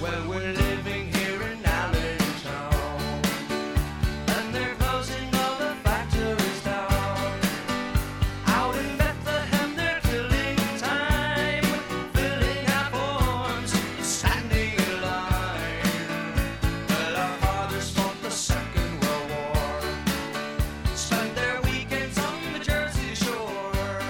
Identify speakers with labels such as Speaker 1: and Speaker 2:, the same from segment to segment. Speaker 1: Well, we're living here in Allentown, and they're closing all the factories down. Out in Bethlehem, they're filling time, filling out forms, standing in line. Well, our fathers fought the Second World War, spent their weekends on the Jersey Shore.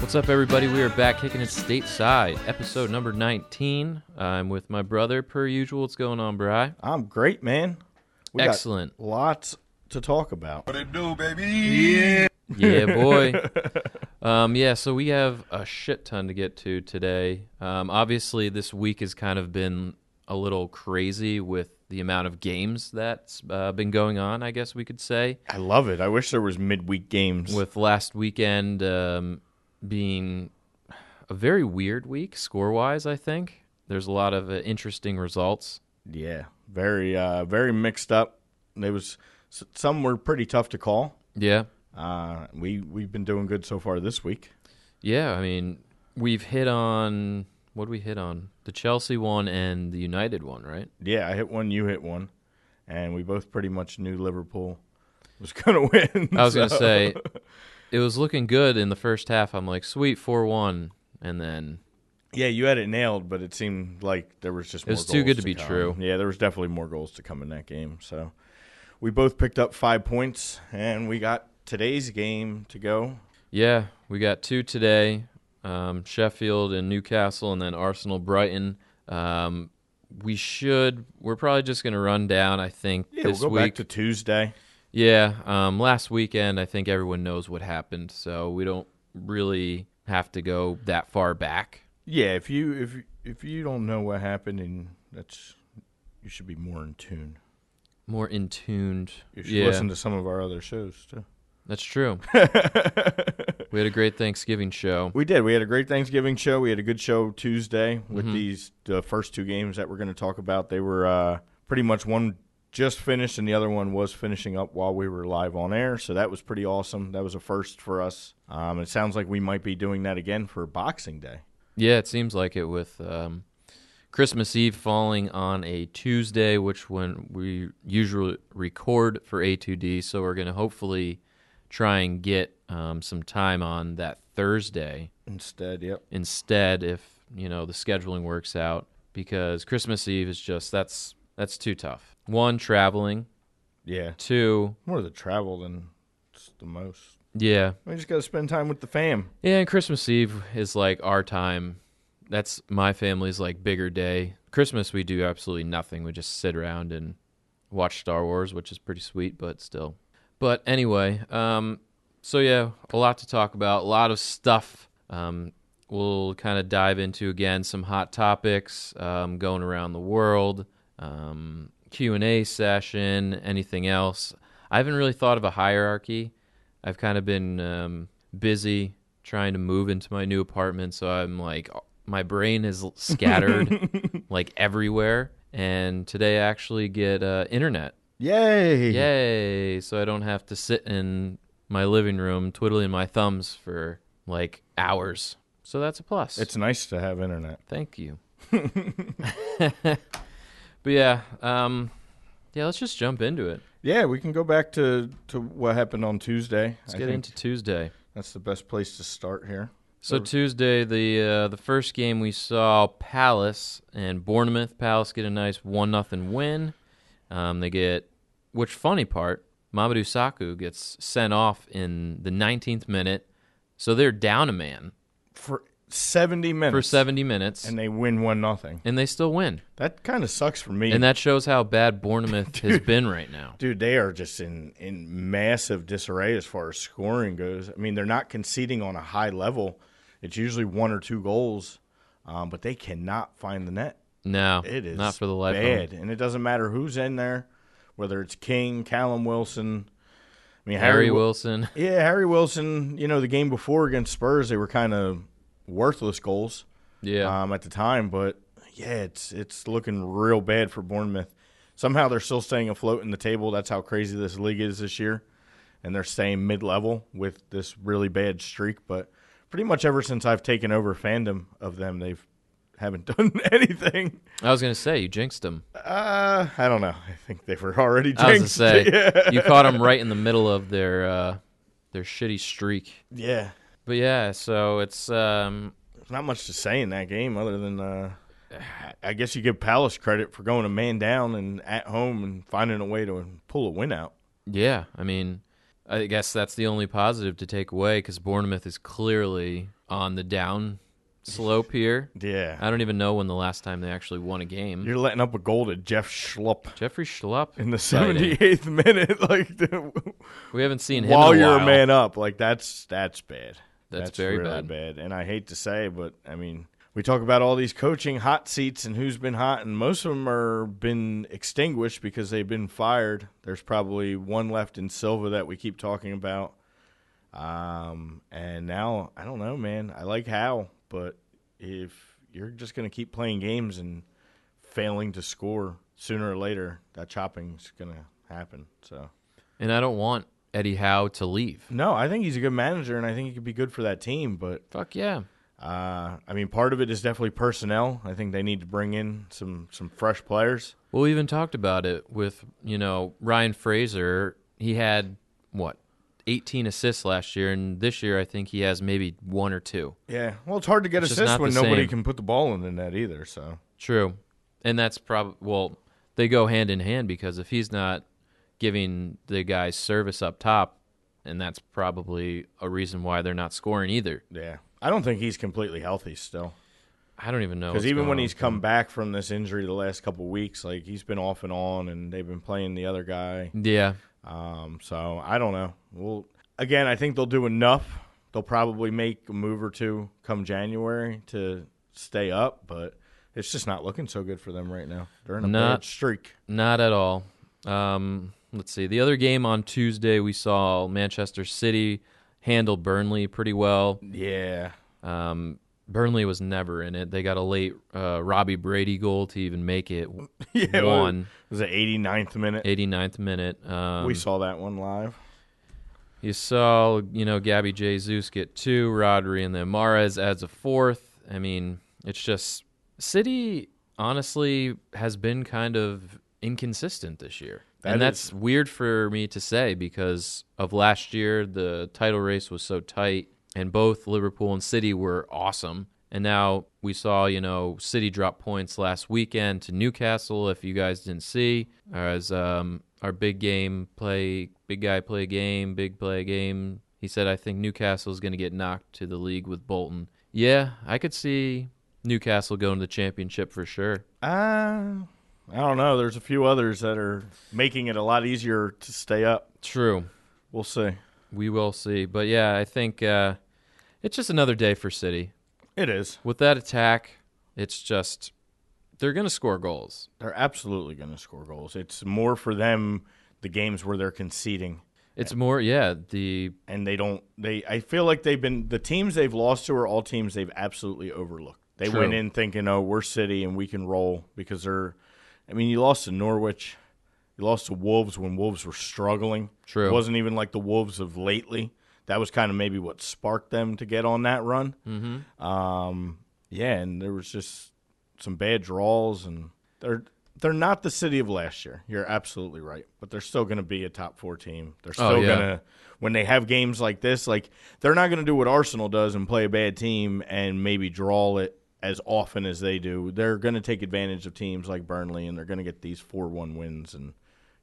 Speaker 2: What's up, everybody? We are back kicking it stateside, episode number 19. I'm with my brother, per usual. What's going on, Bry?
Speaker 3: I'm great, man. We got
Speaker 2: Excellent.
Speaker 3: lots to talk about.
Speaker 2: Yeah, boy. um, yeah, so we have a shit ton to get to today. Um, obviously, this week has kind of been a little crazy with the amount of games that's uh, been going on, I guess we could say.
Speaker 3: I love it. I wish there was midweek games.
Speaker 2: with last weekend um, being a very weird week score wise. I think there's a lot of uh, interesting results.
Speaker 3: yeah, very uh very mixed up. There was s- some were pretty tough to call.
Speaker 2: Yeah,
Speaker 3: Uh we we've been doing good so far this week.
Speaker 2: yeah. I mean, we've hit on what did we hit on the Chelsea one and the United one, right?
Speaker 3: Yeah, I hit one, you hit one, and we both pretty much knew Liverpool was going to win.
Speaker 2: I was
Speaker 3: so-
Speaker 2: gonna say it was looking good in the first half. I'm like, sweet four one, and then
Speaker 3: Yeah, you had it nailed, but it seemed like there was just more
Speaker 2: was too
Speaker 3: goals
Speaker 2: good to be
Speaker 3: come.
Speaker 2: true.
Speaker 3: Yeah, there was definitely more goals to come in that game. So we both picked up five points, and we got today's game to go.
Speaker 2: yeah, we got two today. Um, Sheffield and Newcastle, and then Arsenal, Brighton. Um, we should. We're probably just going to run down. I think
Speaker 3: Yeah,
Speaker 2: this
Speaker 3: we'll go
Speaker 2: week.
Speaker 3: back to Tuesday.
Speaker 2: Yeah, um, last weekend I think everyone knows what happened, so we don't really have to go that far back.
Speaker 3: Yeah, if you if if you don't know what happened, and that's you should be more in tune.
Speaker 2: More in tuned.
Speaker 3: You should
Speaker 2: Yeah,
Speaker 3: listen to some of our other shows too.
Speaker 2: that's true. we had a great Thanksgiving show.
Speaker 3: We did. We had a great Thanksgiving show. We had a good show Tuesday with these the first two games that we're going to talk about. They were uh, pretty much one just finished and the other one was finishing up while we were live on air. So that was pretty awesome. That was a first for us. Um, it sounds like we might be doing that again for Boxing Day.
Speaker 2: Yeah, it seems like it with um, Christmas Eve falling on a Tuesday, which when we usually record for A2D, so we're going to hopefully try and get um, some time on that Thursday.
Speaker 3: Instead, yep.
Speaker 2: instead if you know the scheduling works out because christmas eve is just that's that's too tough one traveling
Speaker 3: Yeah.
Speaker 2: two
Speaker 3: More the travel than it's the most.
Speaker 2: yeah
Speaker 3: We just got to spend time with the fam.
Speaker 2: yeah and christmas eve is like our time that's my family's like bigger day christmas we do absolutely nothing we just sit around and watch star wars which is pretty sweet but still but anyway um so yeah a lot to talk about a lot of stuff um we'll kind of dive into again some hot topics um, going around the world um, q&a session anything else i haven't really thought of a hierarchy i've kind of been um, busy trying to move into my new apartment so i'm like my brain is scattered like everywhere and today i actually get uh, internet
Speaker 3: Yay!
Speaker 2: Yay! So I don't have to sit in my living room twiddling my thumbs for like hours. So that's a plus.
Speaker 3: It's nice to have internet.
Speaker 2: thank you. but yeah, um, yeah. Let's just jump into it.
Speaker 3: Yeah, we can go back to to what happened on Tuesday.
Speaker 2: Let's
Speaker 3: I
Speaker 2: get
Speaker 3: think
Speaker 2: into Tuesday.
Speaker 3: that's the best place to start here.
Speaker 2: So Tuesday, the uh, the first game we saw Palace and Bournemouth. Palace get a nice one nothing win. Um, they get, which funny part, Mamadou Saku gets sent off in the 19th minute, so they're down a man
Speaker 3: for 70 minutes
Speaker 2: for 70 minutes,
Speaker 3: and
Speaker 2: and,
Speaker 3: they win one nothing.
Speaker 2: they still win.
Speaker 3: That kind of sucks for me.
Speaker 2: And that shows how bad Bournemouth has been right now.
Speaker 3: Dude, they are just in in massive disarray as far as scoring goes. I mean, they're not conceding on a high level. It's usually one or two goals, um, but they cannot find the net.
Speaker 2: No,
Speaker 3: It is
Speaker 2: not for the life of 'em.
Speaker 3: bad, and it doesn't matter who's in there, whether it's King, Callum Wilson. I mean,
Speaker 2: Harry
Speaker 3: Wi-
Speaker 2: Wilson.
Speaker 3: Yeah, Harry Wilson. You know, the game before against Spurs, they were kind of worthless goals.
Speaker 2: Yeah,
Speaker 3: um, at the time. But yeah, it's it's looking real bad for Bournemouth. Somehow they're still staying afloat in the table. That's how crazy this league is this year, and they're staying mid level with this really bad streak. But pretty much ever since I've taken over fandom of them, they've haven't done anything.
Speaker 2: I was gonna say you jinxed him.
Speaker 3: Uh, I don't know. I think they were already
Speaker 2: I was gonna
Speaker 3: jinxed.
Speaker 2: say
Speaker 3: yeah.
Speaker 2: you caught him right in the middle of their uh, their shitty streak.
Speaker 3: yeah.
Speaker 2: But yeah, so it's um,
Speaker 3: There's not much to say in that game other than uh, I- I guess you give Palace credit for going a man down and at home and finding a way to pull a win out.
Speaker 2: yeah. I mean, I guess that's the only positive to take away because Bournemouth is clearly on the down slope here.
Speaker 3: Yeah.
Speaker 2: I don't even know when the last time they actually won a game.
Speaker 3: You're letting up a goal to Jeff Schlupp
Speaker 2: Jeffrey Schlupp
Speaker 3: in the
Speaker 2: sighting.
Speaker 3: 78th minute, like the,
Speaker 2: We haven't seen him in
Speaker 3: while
Speaker 2: a
Speaker 3: you're a
Speaker 2: while.
Speaker 3: man up. Like that's that's bad.
Speaker 2: That's very
Speaker 3: really
Speaker 2: bad.
Speaker 3: And I hate to say, but I mean, we talk about all these coaching hot seats and who's been hot, and most of them are been extinguished because they've been fired. There's probably one left in Silva that we keep talking about. Um, and now I don't know, man. I like Howe, but if you're just gonna keep playing games and failing to score sooner or later, that chopping's gonna happen. So.
Speaker 2: And I don't want Eddie Howe to leave.
Speaker 3: No, I think he's a good manager, and I think he could be good for that team. But
Speaker 2: Fuck yeah.
Speaker 3: uh, I mean, part of it is definitely personnel. I think they need to bring in some some fresh players.
Speaker 2: Well, we even talked about it with, you know, Ryan Fraser. He had, what, 18 assists last year, and this year I think he has maybe one or two.
Speaker 3: Yeah, well, it's hard to get
Speaker 2: It's just
Speaker 3: assists
Speaker 2: not
Speaker 3: when
Speaker 2: the
Speaker 3: nobody
Speaker 2: same.
Speaker 3: can put the ball in the net either. So
Speaker 2: True. And that's probably, well, they go hand in hand because if he's not giving the guy service up top, and that's probably a reason why they're not scoring either.
Speaker 3: yeah, I don't think he's completely healthy still.
Speaker 2: I don't even know.
Speaker 3: Because
Speaker 2: what's
Speaker 3: even
Speaker 2: going
Speaker 3: when
Speaker 2: on.
Speaker 3: he's come back from this injury the last couple weeks, like he's been off and on, and they've been playing the other guy.
Speaker 2: Yeah.
Speaker 3: Um, so I don't know. Well, again, I think they'll do enough. They'll probably make a move or two come January to stay up, but it's just not looking so good for them right now. They're in a
Speaker 2: Not-
Speaker 3: bad streak.
Speaker 2: Not at all. Um, let's see. The other game on Tuesday, we saw Manchester City handle Burnley pretty well.
Speaker 3: Yeah,
Speaker 2: Um, Burnley was never in it. They got a late uh, Robbie Brady goal to even make it
Speaker 3: yeah. well,
Speaker 2: one,
Speaker 3: It was the 89th minute.
Speaker 2: 89th minute. Um,
Speaker 3: we saw that one live.
Speaker 2: You saw, you know, Gabby Jesus get two, Rodri and then Mares adds a fourth. I mean, it's just City honestly has been kind of inconsistent this year.
Speaker 3: That
Speaker 2: and
Speaker 3: is-
Speaker 2: that's weird for me to say because of last year the title race was so tight and both Liverpool and City were awesome. And now we saw, you know, City drop points last weekend to Newcastle. If you guys didn't see, or as um, our big game play, big guy play game, big play game, he said, I think Newcastle's going to get knocked to the league with Bolton. Yeah, I could see Newcastle going to the championship for sure.
Speaker 3: Uh, I don't know. There's a few others that are making it a lot easier to stay up.
Speaker 2: True.
Speaker 3: We'll see.
Speaker 2: We will see. But yeah, I think uh, it's just another day for City.
Speaker 3: It is.
Speaker 2: With that attack, it's just they're going to score goals.
Speaker 3: They're absolutely going to score goals. It's more for them the games where they're conceding.
Speaker 2: It's more, yeah, the
Speaker 3: and they don't they I feel like they've been the teams they've lost to are all teams they've absolutely overlooked. They
Speaker 2: True.
Speaker 3: went in thinking, "Oh, we're City and we can roll" because they're I mean, you lost to Norwich. You lost to Wolves when Wolves were struggling.
Speaker 2: True.
Speaker 3: It wasn't even like the Wolves of lately. That was kind of maybe what sparked them to get on that run. Mm-hmm. Um, yeah, and there was just some bad draws and they're they're not the city of last year. You're absolutely right, but they're still going to be a top 4 team. They're still
Speaker 2: Oh, yeah.
Speaker 3: going to when they have games like this, like they're not going to do what Arsenal does and play a bad team and maybe draw it as often as they do. They're going to take advantage of teams like Burnley and they're going to get these 4-1 wins and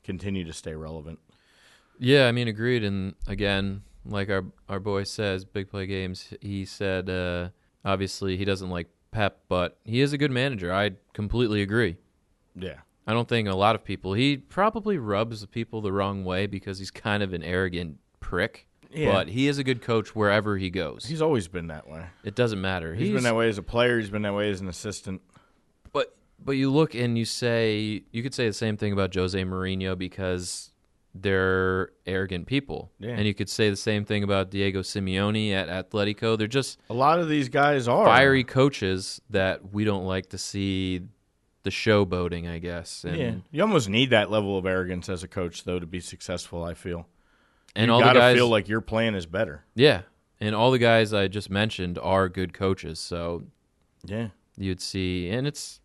Speaker 3: continue to stay relevant.
Speaker 2: Yeah, I mean, agreed. And again, like our our boy says, big play games. He said, uh, obviously, he doesn't like Pep, but he is a good manager. I completely agree.
Speaker 3: Yeah.
Speaker 2: I don't think a lot of people. He probably rubs the people the wrong way because he's kind of an arrogant prick.
Speaker 3: Yeah.
Speaker 2: But he is a good coach wherever he goes.
Speaker 3: He's always been that way.
Speaker 2: it doesn't matter.
Speaker 3: he's been that way as a player, he's been that way as an assistant.
Speaker 2: But but you look and you say you could say the same thing about Jose Mourinho because they're arrogant people,
Speaker 3: Yeah.
Speaker 2: and you could say the same thing about Diego Simeone at Atletico. They're just
Speaker 3: A lot of these guys are
Speaker 2: fiery coaches that we don't like to see the showboating, I guess. And,
Speaker 3: Yeah, you almost need that level of arrogance as a coach, though, to be successful. I feel
Speaker 2: and
Speaker 3: you
Speaker 2: all the
Speaker 3: gotta
Speaker 2: guys,
Speaker 3: feel like your plan is better.
Speaker 2: yeah, and all the guys I just mentioned are good coaches. So
Speaker 3: Yeah,
Speaker 2: you'd see, and it's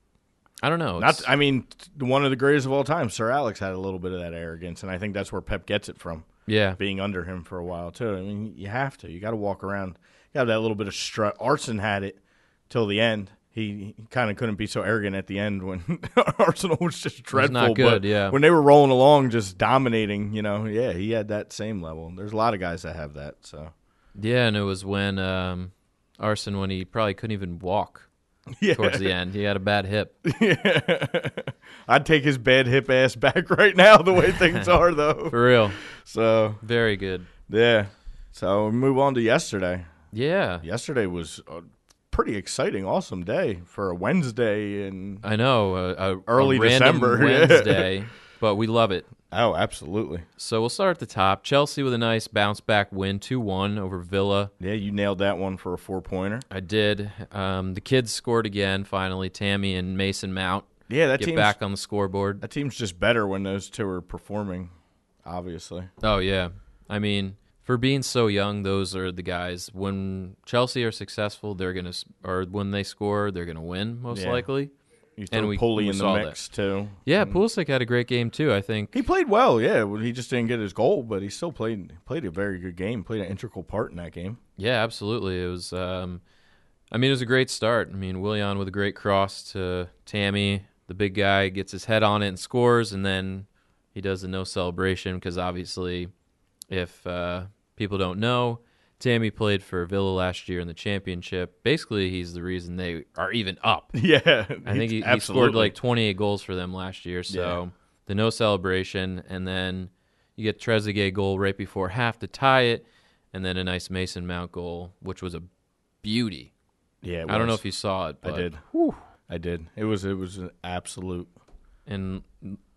Speaker 2: I don't know.
Speaker 3: Not,
Speaker 2: it's-
Speaker 3: I mean, t- one of the greatest of all time. Sir Alex had a little bit of that arrogance, and I think that's where Pep gets it from
Speaker 2: yeah,
Speaker 3: being under him for a while too. I mean, you have to. You got to walk around. You have that little bit of strut. Arson had it till the end. He, he kind of couldn't be so arrogant at the end when Arsenal was just dreadful.
Speaker 2: not good,
Speaker 3: but
Speaker 2: yeah.
Speaker 3: When they were rolling along, just dominating. You know, yeah, he had that same level. There's a lot of guys that have that. So
Speaker 2: yeah, and it was when um, Arson when he probably couldn't even walk
Speaker 3: yeah,
Speaker 2: towards the end. He had a bad hip.
Speaker 3: I'd take his bad hip ass back right now. The way things are though.
Speaker 2: For real,
Speaker 3: So
Speaker 2: very good.
Speaker 3: yeah. So we move on to yesterday.
Speaker 2: Yeah,
Speaker 3: Yesterday was a pretty exciting, awesome day for a Wednesday, and
Speaker 2: I know. A, a a
Speaker 3: Early
Speaker 2: random
Speaker 3: December, yeah.
Speaker 2: Wednesday, but we love it.
Speaker 3: oh, absolutely,
Speaker 2: So we'll start at the top. Chelsea with a nice bounce back win, two one over Villa.
Speaker 3: yeah, you nailed that one for a four pointer.
Speaker 2: I did. Um, the kids scored again. Finally, Tammy and Mason Mount
Speaker 3: Yeah, that
Speaker 2: get
Speaker 3: team's
Speaker 2: back on the scoreboard.
Speaker 3: that team's just better when those two are performing. Obviously,
Speaker 2: Oh yeah. I mean, for being so young, those are the guys. When Chelsea are successful, they're gonna, s- or when they score, they're gonna win most
Speaker 3: Yeah. Mm.
Speaker 2: likely.
Speaker 3: you throw
Speaker 2: we-
Speaker 3: Pulley
Speaker 2: we
Speaker 3: in the
Speaker 2: saw that.
Speaker 3: mix too.
Speaker 2: Yeah, Pulisic had a great game too. I think.
Speaker 3: He played well, yeah. Well, He just didn't get his goal, but he still played played a very good game. Played an integral part in that game.
Speaker 2: Yeah, absolutely. It was. Um, I mean, it was a great start. I mean, Willian with a great cross to Tammy. The big guy gets his head on it and scores, and then he does the no celebration because obviously, if uh, people don't know, Tammy played for Villa last year in the championship. Basically, he's the reason they are even up.
Speaker 3: Yeah,
Speaker 2: I think he, he scored like 28 goals for them last year. So the no celebration, and then you get Trezeguet goal right before half to tie it, and then a nice Mason Mount goal, which was a beauty.
Speaker 3: yeah. it
Speaker 2: I don't know
Speaker 3: was.
Speaker 2: if you saw it,
Speaker 3: I
Speaker 2: but
Speaker 3: did. I did. It was it was an absolute.
Speaker 2: And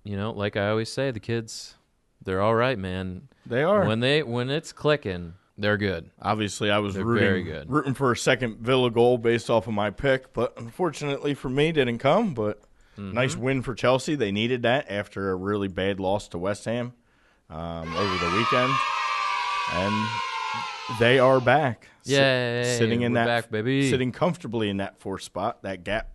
Speaker 2: you know, like I always say, the kids, they're all right, man.
Speaker 3: They are
Speaker 2: When they when it's clicking, they're good.
Speaker 3: Obviously, I was
Speaker 2: They're
Speaker 3: rooting,
Speaker 2: very good.
Speaker 3: rooting for a second Villa goal based off of my pick, but unfortunately for me, didn't come. But
Speaker 2: Mm-hmm.
Speaker 3: nice win for Chelsea. They needed that after a really bad loss to West Ham um, over the weekend, and they are back. Si-
Speaker 2: Yay,
Speaker 3: sitting in
Speaker 2: we're
Speaker 3: that
Speaker 2: back, baby.
Speaker 3: sitting comfortably in that fourth spot. That gap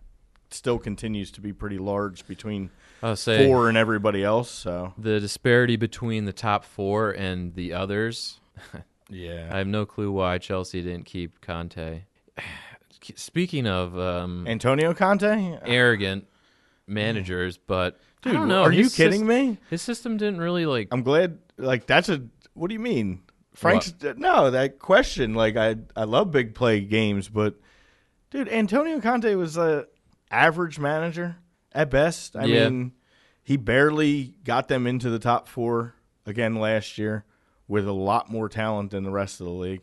Speaker 3: still continues to be pretty large between
Speaker 2: I'll say
Speaker 3: four and everybody else. So
Speaker 2: the disparity between the top four and the others I
Speaker 3: yeah,
Speaker 2: have no clue why Chelsea didn't keep Conte. Speaking of um,
Speaker 3: Antonio Conte.
Speaker 2: arrogant managers, but
Speaker 3: Dude,
Speaker 2: I don't know.
Speaker 3: are you
Speaker 2: his
Speaker 3: kidding
Speaker 2: sys-
Speaker 3: me? Um,
Speaker 2: His system didn't really like.
Speaker 3: I'm glad. Like that's a. What do you mean, Frank's? No, that question. Like I, I love big play games, but dude, Antonio Conte was a average manager at best. I
Speaker 2: Yeah.
Speaker 3: mean, he barely got them into the top four again last year with a lot more talent than the rest of the league.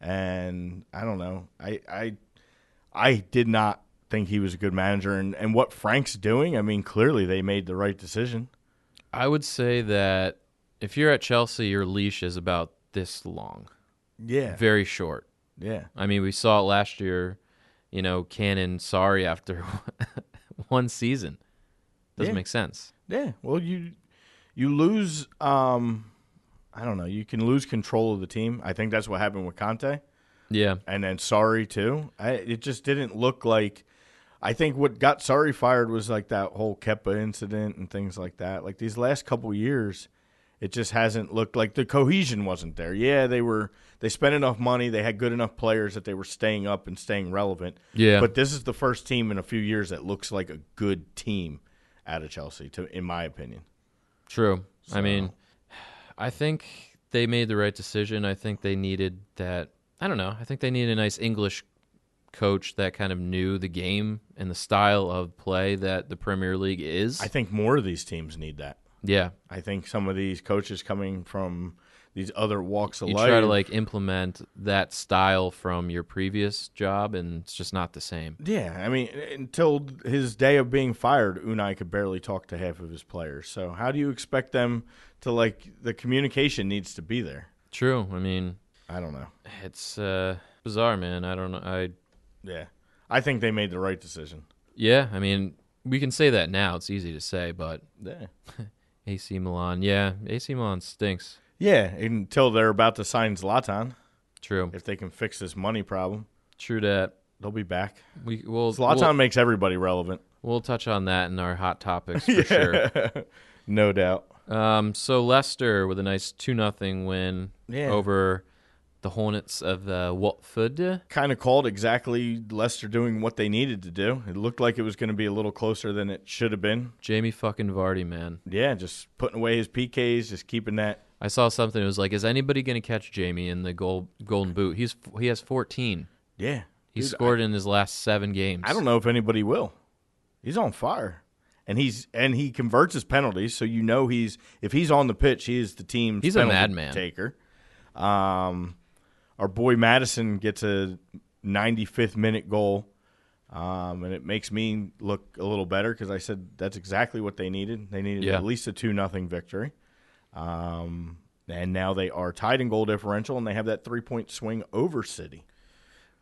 Speaker 3: And I don't know. I, I I did not think he was a good manager and, and what Frank's doing, I mean, clearly they made the right decision.
Speaker 2: I would say that if you're at Chelsea, your leash is about this long,
Speaker 3: Yeah.
Speaker 2: very short.
Speaker 3: Yeah.
Speaker 2: I mean, we saw it last year. You know, Cannon sorry after one season doesn't
Speaker 3: Yeah.
Speaker 2: make sense.
Speaker 3: Yeah. Well, you you lose. Um, I don't know. You can lose control of the team. I think that's what happened with Conte,
Speaker 2: Yeah,
Speaker 3: and then sorry too. I, it just didn't look like. I think what got sorry fired was like that whole Keppa incident and things like that. Like these last couple years, it just hasn't looked like the cohesion wasn't there. Yeah, they were they spent enough money, they had good enough players that they were staying up and staying relevant.
Speaker 2: Yeah.
Speaker 3: But this is the first team in a few years that looks like a good team out of Chelsea, to in my opinion.
Speaker 2: True. I mean, I think they made the right decision. I think they needed that. I don't know. I think they needed a nice English coach that kind of knew the game and the style of play that the Premier League is.
Speaker 3: I think more of these teams need that.
Speaker 2: yeah.
Speaker 3: I think some of these coaches coming from these other walks of
Speaker 2: You
Speaker 3: life.
Speaker 2: try to like implement that style from your previous job, and it's just not the same.
Speaker 3: yeah, I mean, until his day of being fired, Unai could barely talk to half of his players. So how do you expect them to like the communication needs to be there?
Speaker 2: True. I mean,
Speaker 3: I don't know.
Speaker 2: it's uh, bizarre, man. I don't know. I
Speaker 3: Yeah, I think they made the right decision.
Speaker 2: yeah. I mean, we can say that now. It's easy to say, but
Speaker 3: Yeah,
Speaker 2: AC Milan, yeah, AC Milan stinks.
Speaker 3: yeah. Until they're about to sign Zlatan,
Speaker 2: True.
Speaker 3: if they can fix this money problem,
Speaker 2: True that.
Speaker 3: They'll be back.
Speaker 2: We will
Speaker 3: Zlatan
Speaker 2: we'll,
Speaker 3: makes everybody relevant.
Speaker 2: we'll touch on that in our hot topics for sure.
Speaker 3: No doubt.
Speaker 2: Um, so Leicester with a nice two nothing win
Speaker 3: Yeah.
Speaker 2: over the Hornets of uh, Watford.
Speaker 3: Kind of called exactly Leicester doing what they needed to do. It looked like it was going to be a little closer than it should have been.
Speaker 2: Jamie fucking Vardy, man.
Speaker 3: Yeah, just putting away his PKs, just keeping that.
Speaker 2: I saw something. It was like, is anybody going to catch Jamie in the gold golden boot? He's he has 14.
Speaker 3: Yeah.
Speaker 2: He
Speaker 3: Dude,
Speaker 2: scored in his last seven games.
Speaker 3: I don't know if anybody will. He's on fire. And he's and he converts his penalties, so you know he's if he's on the pitch, he is the team's
Speaker 2: He's a
Speaker 3: penalty
Speaker 2: madman.
Speaker 3: taker. Um, our boy Madison gets a 95th minute goal, um, and it makes me look a little better because I said that's exactly what they needed. They needed
Speaker 2: Yeah.
Speaker 3: at least a two nothing victory, um, and now they are tied in goal differential, and they have that three point swing over City.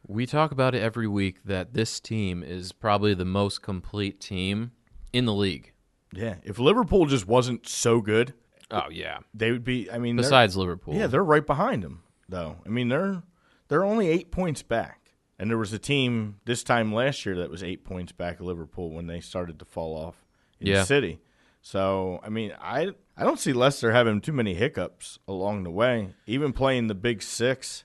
Speaker 2: We talk about it every week that this team is probably the most complete team in the league.
Speaker 3: Yeah, if Liverpool just wasn't so good,
Speaker 2: Oh yeah.
Speaker 3: they would be. I mean, they're-
Speaker 2: Besides Liverpool.
Speaker 3: yeah, they're right behind them though. I mean, they're they're only eight points back, and there was a team this time last year that was eight points back of Liverpool when they started to fall off in
Speaker 2: Yeah.
Speaker 3: the City. So I mean, I I don't see Leicester having too many hiccups along the way. Even playing the Big Six,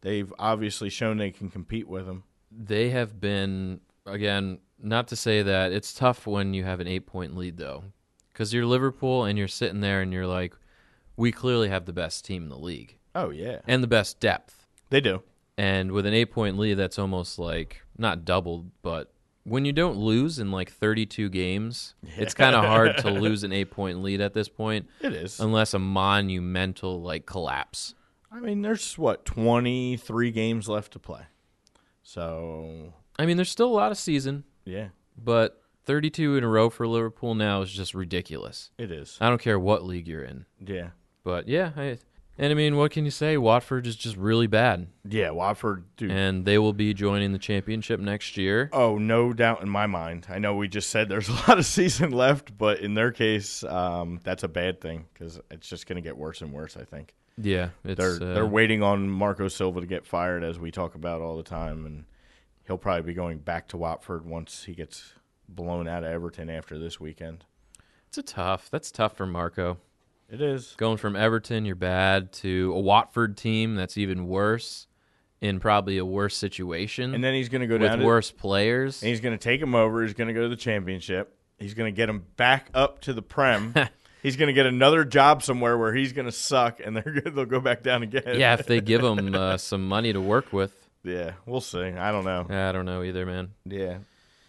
Speaker 3: they've obviously shown they can compete with them.
Speaker 2: they have been again not to say that it's tough when you have an eight point lead though because you're liverpool and you're sitting there and you're like we clearly have the best team in the league
Speaker 3: Oh yeah,
Speaker 2: and the best depth
Speaker 3: they do.
Speaker 2: and with an eight point lead that's almost like not doubled but when you don't lose in like 32 games it's kind of hard to lose an eight point lead at this point
Speaker 3: It is.
Speaker 2: unless a monumental like collapse
Speaker 3: I mean, there's what twenty three games left to play. So
Speaker 2: i mean there's still a lot of season
Speaker 3: yeah,
Speaker 2: but 32 in a row for liverpool now is just ridiculous
Speaker 3: it is.
Speaker 2: I don't care what league you're in.
Speaker 3: Yeah.
Speaker 2: But yeah, I, and I mean, what can you say? Watford is just really bad,
Speaker 3: Yeah, Watford, dude.
Speaker 2: and they will be joining the championship next year.
Speaker 3: Oh, no doubt in my mind. I know we just said there's a lot of season left, but in their case, um, that's a bad thing because it's just going to get worse and worse. I think
Speaker 2: Yeah, it's
Speaker 3: they're
Speaker 2: uh,
Speaker 3: they're waiting on Marco Silva to get fired, as we talk about all the time, and he'll probably be going back to Watford once he gets blown out of Everton after this weekend.
Speaker 2: it's a tough. That's tough for Marco.
Speaker 3: It is.
Speaker 2: Going from Everton, you're bad, to a Watford team that's even worse, in probably a worse situation
Speaker 3: And then he's going to go down
Speaker 2: with
Speaker 3: to
Speaker 2: worse players.
Speaker 3: And he's going to take him over. He's going to go to the championship. He's going to get him back up to the prem. he's going to get another job somewhere where he's going to suck, and they're gonna, they'll go back down again.
Speaker 2: yeah, if they give him uh, some money to work with,
Speaker 3: yeah. We'll see. I don't know.
Speaker 2: I don't know either, man.
Speaker 3: Yeah.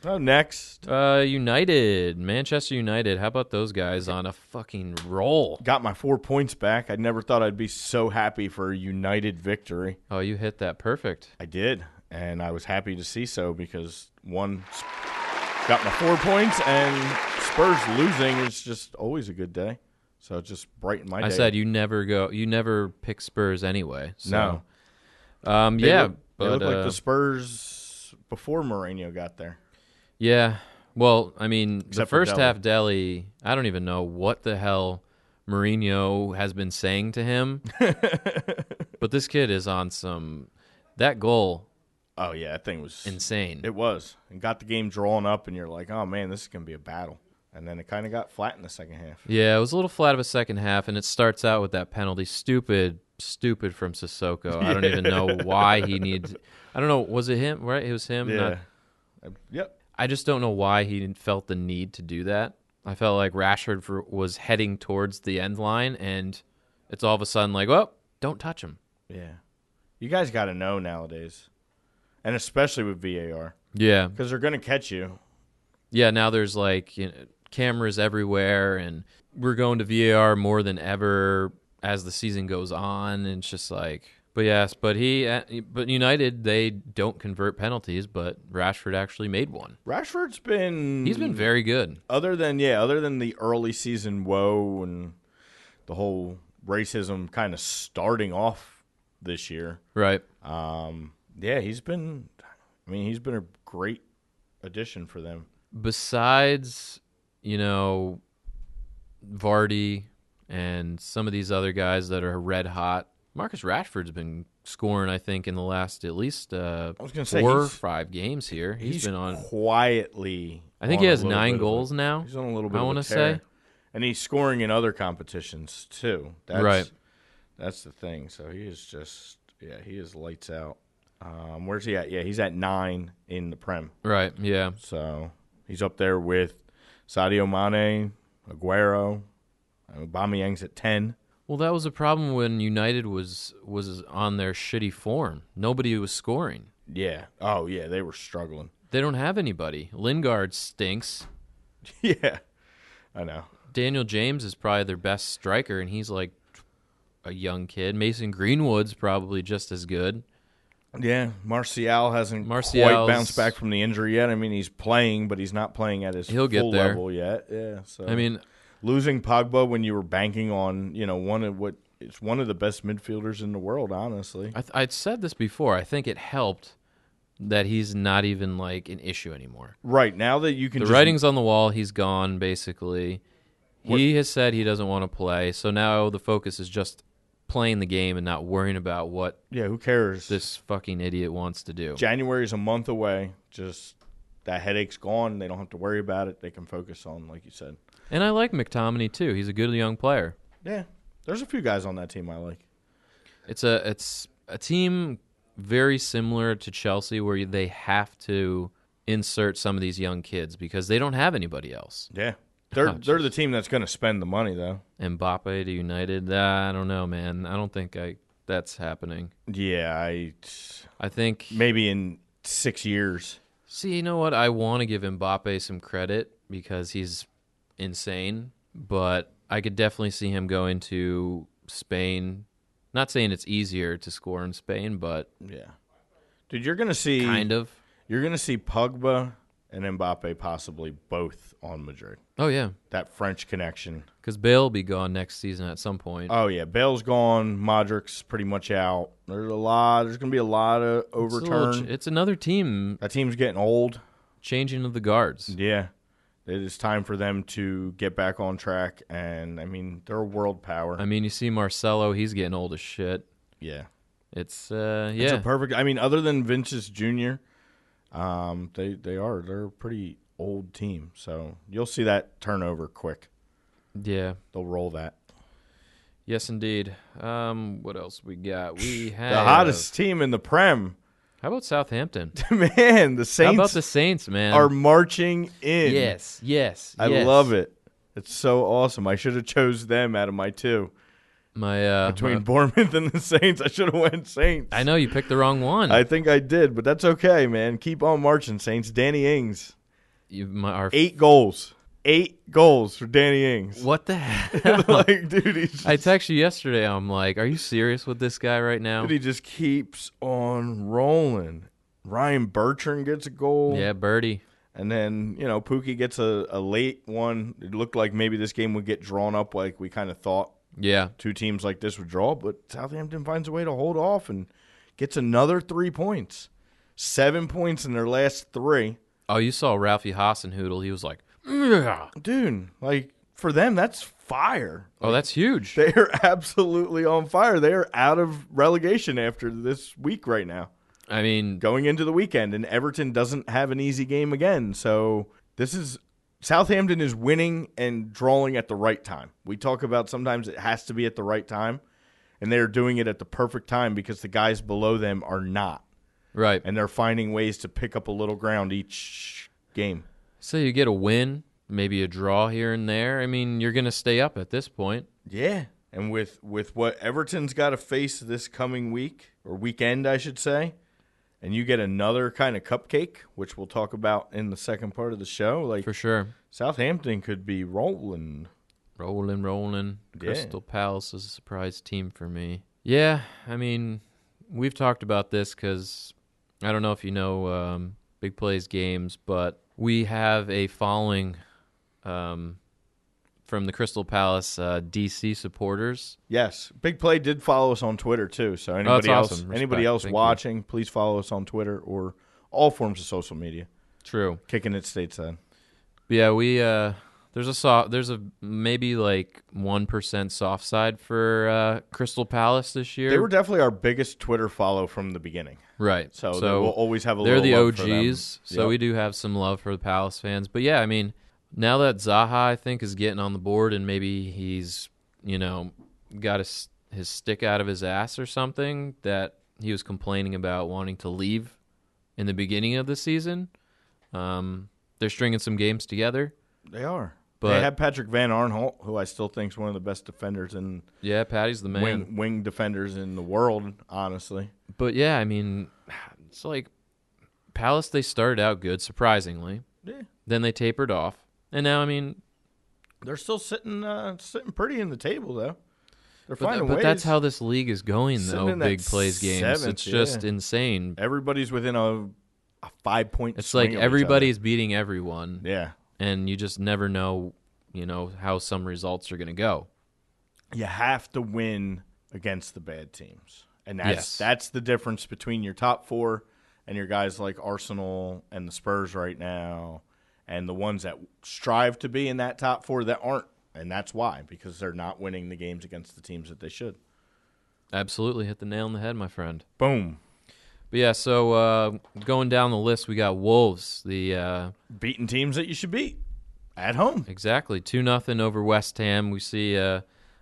Speaker 3: Oh, next
Speaker 2: Uh, United, Manchester United. How about those guys on a fucking roll?
Speaker 3: got my four points back. I never thought I'd be so happy for a United victory.
Speaker 2: Oh, you hit that perfect.
Speaker 3: I did, and I was happy to see so because one Sp- got my four points, and Spurs losing is just always a good day. So it just brightened my day.
Speaker 2: I said you never go. You never pick Spurs anyway. So.
Speaker 3: no.
Speaker 2: No. Um.
Speaker 3: They
Speaker 2: yeah.
Speaker 3: look,
Speaker 2: but
Speaker 3: they look like
Speaker 2: uh,
Speaker 3: the Spurs before Mourinho got there.
Speaker 2: yeah. Well, I mean, the
Speaker 3: Except for
Speaker 2: first
Speaker 3: Delhi.
Speaker 2: half, Delhi. I don't even know what the hell Mourinho has been saying to him, but this kid is on some. That goal,
Speaker 3: Oh yeah, that thing was
Speaker 2: insane.
Speaker 3: it was and got the game drawn up, and you're like, oh man, this is gonna be a battle. And then it kind of got flat in the second half.
Speaker 2: yeah, it was a little flat of a second half, and it starts out with that penalty. Stupid, stupid from Sissoko. I don't even know why he needs. I don't know. Was it him? Right? It was him. not-
Speaker 3: Uh, yep.
Speaker 2: I just don't know why he felt the need to do that. I felt like Rashford for, was heading towards the end line, and it's all of a sudden like, well, don't touch him.
Speaker 3: Yeah. You guys got to know nowadays, and especially with VAR
Speaker 2: Yeah,
Speaker 3: because they're gonna catch you.
Speaker 2: yeah. Now there's like you know, cameras everywhere, and we're going to VAR more than ever as the season goes on. And it's just like, but yes, but he, uh, but United they don't convert penalties, but Rashford actually made one.
Speaker 3: Rashford's been
Speaker 2: He's been very good.
Speaker 3: other than yeah, other than the early season woe and the whole racism kind of starting off this year.
Speaker 2: Right.
Speaker 3: Um, yeah, he's been. I mean, he's been a great addition for them.
Speaker 2: besides, you know, Vardy and some of these other guys that are red hot, Marcus Rashford's been scoring, I think, in the last at least uh,
Speaker 3: I was gonna say,
Speaker 2: four or
Speaker 3: he's-
Speaker 2: five games here. he's been on.
Speaker 3: quietly.
Speaker 2: I think
Speaker 3: on
Speaker 2: he
Speaker 3: a
Speaker 2: has
Speaker 3: little bit
Speaker 2: nine
Speaker 3: of a-
Speaker 2: goals now.
Speaker 3: He's on a little bit.
Speaker 2: I
Speaker 3: want
Speaker 2: wanna
Speaker 3: to
Speaker 2: say.
Speaker 3: and he's scoring in other competitions too. That's,
Speaker 2: Right.
Speaker 3: That's the thing. So he is just, yeah, he is lights out. Um, where's he at? Yeah, he's at nine in the prem.
Speaker 2: Right. Yeah.
Speaker 3: So he's up there with Sadio Mane, Aguero, Aubameyang's at ten.
Speaker 2: Well, that was a problem when United was was on their shitty form. Nobody was scoring.
Speaker 3: Yeah. Oh yeah, they were struggling.
Speaker 2: They don't have anybody. Lingard stinks.
Speaker 3: yeah, I know.
Speaker 2: Daniel James is probably their best striker, and he's like a young kid. Mason Greenwood's probably just as good.
Speaker 3: Yeah, Martial hasn't quite
Speaker 2: Martial's-
Speaker 3: bounced back from the injury yet. I mean, he's playing, but he's not playing at his
Speaker 2: He'll get
Speaker 3: full
Speaker 2: there.
Speaker 3: level yet. Yeah. So
Speaker 2: I mean,
Speaker 3: losing Pogba when you were banking on you know one of what it's one of the best midfielders in the world, honestly.
Speaker 2: I th- I'd said this before. I think it helped that he's not even like an issue anymore.
Speaker 3: Right now that you can
Speaker 2: The
Speaker 3: just,
Speaker 2: writing's on the wall. He's gone basically. He has said he doesn't want to play, so now the focus is just playing the game and not worrying about what
Speaker 3: yeah, who cares?
Speaker 2: this fucking idiot wants to do.
Speaker 3: January is a month away. Just that headache's gone. They don't have to worry about it. They can focus on, like you said.
Speaker 2: And I like McTominay too. He's a good young player.
Speaker 3: Yeah, there's a few guys on that team I like.
Speaker 2: It's a it's a team very similar to Chelsea where you- they have to insert some of these young kids because they don't have anybody else.
Speaker 3: Yeah, they're
Speaker 2: Oh,
Speaker 3: they're the team that's going to spend the money though.
Speaker 2: Mbappe to United. uh, I don't know, man. I don't think I that's happening.
Speaker 3: Yeah, I
Speaker 2: I think
Speaker 3: maybe in six years.
Speaker 2: See, you know what? I want to give Mbappe some credit because he's insane, but I could definitely see him going to Spain. Not saying it's easier to score in Spain, but
Speaker 3: Yeah, dude, you're going to see
Speaker 2: kind of.
Speaker 3: you're going to see Pogba and Mbappe possibly both on Madrid.
Speaker 2: Oh yeah,
Speaker 3: That French connection.
Speaker 2: because Bale will be gone next season at some point.
Speaker 3: Oh yeah, Bale's gone. Modric's pretty much out. There's a lot. There's going to be a lot of
Speaker 2: It's a little
Speaker 3: overturn.
Speaker 2: ch- it's another team
Speaker 3: that team's getting old.
Speaker 2: changing of the guards.
Speaker 3: Yeah. It is time for them to get back on track. And I mean, they're a world power.
Speaker 2: I mean, you see Marcelo; he's getting old as shit.
Speaker 3: yeah.
Speaker 2: It's uh,
Speaker 3: It's
Speaker 2: yeah,
Speaker 3: a perfect. I mean, other than Vince's Jr., um, they, they are. They're a pretty old team. So you'll see that turnover quick.
Speaker 2: yeah,
Speaker 3: They'll roll that.
Speaker 2: yes, indeed. Um, what else we got? We have
Speaker 3: The hottest team in the Prem.
Speaker 2: How about Southampton?
Speaker 3: Man, the
Speaker 2: How
Speaker 3: Saints
Speaker 2: about the Saints, man?
Speaker 3: are marching in.
Speaker 2: yes, yes.
Speaker 3: I
Speaker 2: yes.
Speaker 3: love it. It's so awesome. I should have chose them out of my two.
Speaker 2: My uh,
Speaker 3: Between
Speaker 2: my-
Speaker 3: Bournemouth and the Saints, I should have went Saints.
Speaker 2: I know you picked the wrong one.
Speaker 3: I think I did, but that's okay, man. Keep on marching, Saints. Danny Ings,
Speaker 2: you, my, our,
Speaker 3: eight goals, eight goals for Danny Ings.
Speaker 2: what the hell?
Speaker 3: like, dude, he's just,
Speaker 2: I texted you yesterday. I'm like, are you serious with this guy right now?
Speaker 3: dude, he just keeps on rolling. Ryan Bertrand gets a goal,
Speaker 2: Yeah, Birdie.
Speaker 3: and then you know Pookie gets a, a late one. It looked like maybe this game would get drawn up, like we kind of thought
Speaker 2: Yeah,
Speaker 3: two teams like this would draw, but Southampton finds a way to hold off and gets another three points, seven points in their last three.
Speaker 2: Oh, you saw Ralphie Hassenhoodle. He was like, "Yeah."
Speaker 3: dude, like for them, that's fire.
Speaker 2: oh, that's huge.
Speaker 3: They are absolutely on fire. They are out of relegation after this week right now,
Speaker 2: I mean,
Speaker 3: going into the weekend, and Everton doesn't have an easy game again. So this is Southampton is winning and drawing at the right time. We talk about sometimes it has to be at the right time, and they are doing it at the perfect time because the guys below them are not,
Speaker 2: right.
Speaker 3: and they're finding ways to pick up a little ground each game.
Speaker 2: So you get a win, maybe a draw here and there. I mean, you're gonna stay up at this point.
Speaker 3: Yeah. And with with what Everton's got to face this coming week or weekend, I should say, and you get another kind of cupcake, which we'll talk about in the second part of the show. Like
Speaker 2: For sure.
Speaker 3: Southampton could be rolling.
Speaker 2: Rolling, rolling.
Speaker 3: Yeah.
Speaker 2: Crystal Palace is a surprise team for me. Yeah, I mean, we've talked about this because I don't know if you know um, Big Plays games, but we have a following um, from the Crystal Palace uh, DC supporters.
Speaker 3: Yes, Big Play did follow us on Twitter too. So anybody else,
Speaker 2: awesome.
Speaker 3: anybody
Speaker 2: Respect.
Speaker 3: else
Speaker 2: Thank you.
Speaker 3: watching, please follow us on Twitter or all forms of social media.
Speaker 2: True.
Speaker 3: Kicking it stateside.
Speaker 2: But yeah, we uh, There's a soft. There's a maybe like one percent soft side for uh, Crystal Palace this year.
Speaker 3: They were definitely our biggest Twitter follow from the beginning.
Speaker 2: right.
Speaker 3: So, they will always have a
Speaker 2: they're
Speaker 3: little
Speaker 2: the
Speaker 3: love
Speaker 2: OGs,
Speaker 3: for them.
Speaker 2: so
Speaker 3: Yep.
Speaker 2: we do have some love for the Palace fans. But yeah, I mean, now that Zaha I think is getting on the board, and maybe he's you know got his his stick out of his ass or something that he was complaining about wanting to leave in the beginning of the season. Um, they're stringing some games together.
Speaker 3: They are.
Speaker 2: But-
Speaker 3: they have Patrick Van Arnholt, who I still think is one of the best defenders and
Speaker 2: Yeah, Patty's the man.
Speaker 3: wing, wing defenders in the world, honestly.
Speaker 2: But yeah, I mean, it's like Palace. They started out good, surprisingly.
Speaker 3: Yeah.
Speaker 2: Then they tapered off, and now I mean,
Speaker 3: They're still sitting uh, sitting pretty in the table though. They're
Speaker 2: but,
Speaker 3: finding
Speaker 2: but
Speaker 3: ways.
Speaker 2: that's how this league is going,
Speaker 3: Sitting
Speaker 2: though.
Speaker 3: in that
Speaker 2: Big plays games.
Speaker 3: seventh,
Speaker 2: it's just
Speaker 3: yeah.
Speaker 2: insane.
Speaker 3: everybody's within a, a five point.
Speaker 2: It's
Speaker 3: swing
Speaker 2: like
Speaker 3: of each other.
Speaker 2: everybody's beating everyone,
Speaker 3: Yeah.
Speaker 2: and you just never know, you know, how some results are going to go.
Speaker 3: you have to win against the bad teams. And that's
Speaker 2: Yes.
Speaker 3: that's the difference between your top four and your guys like Arsenal and the Spurs right now and the ones that strive to be in that top four that aren't. And that's why, because they're not winning the games against the teams that they should.
Speaker 2: Absolutely, hit the nail on the head, my friend.
Speaker 3: Boom.
Speaker 2: But yeah, so uh, going down the list, we got Wolves. The uh,
Speaker 3: Beating teams that you should beat at home.
Speaker 2: Exactly. 2 nothing over West Ham. We see uh,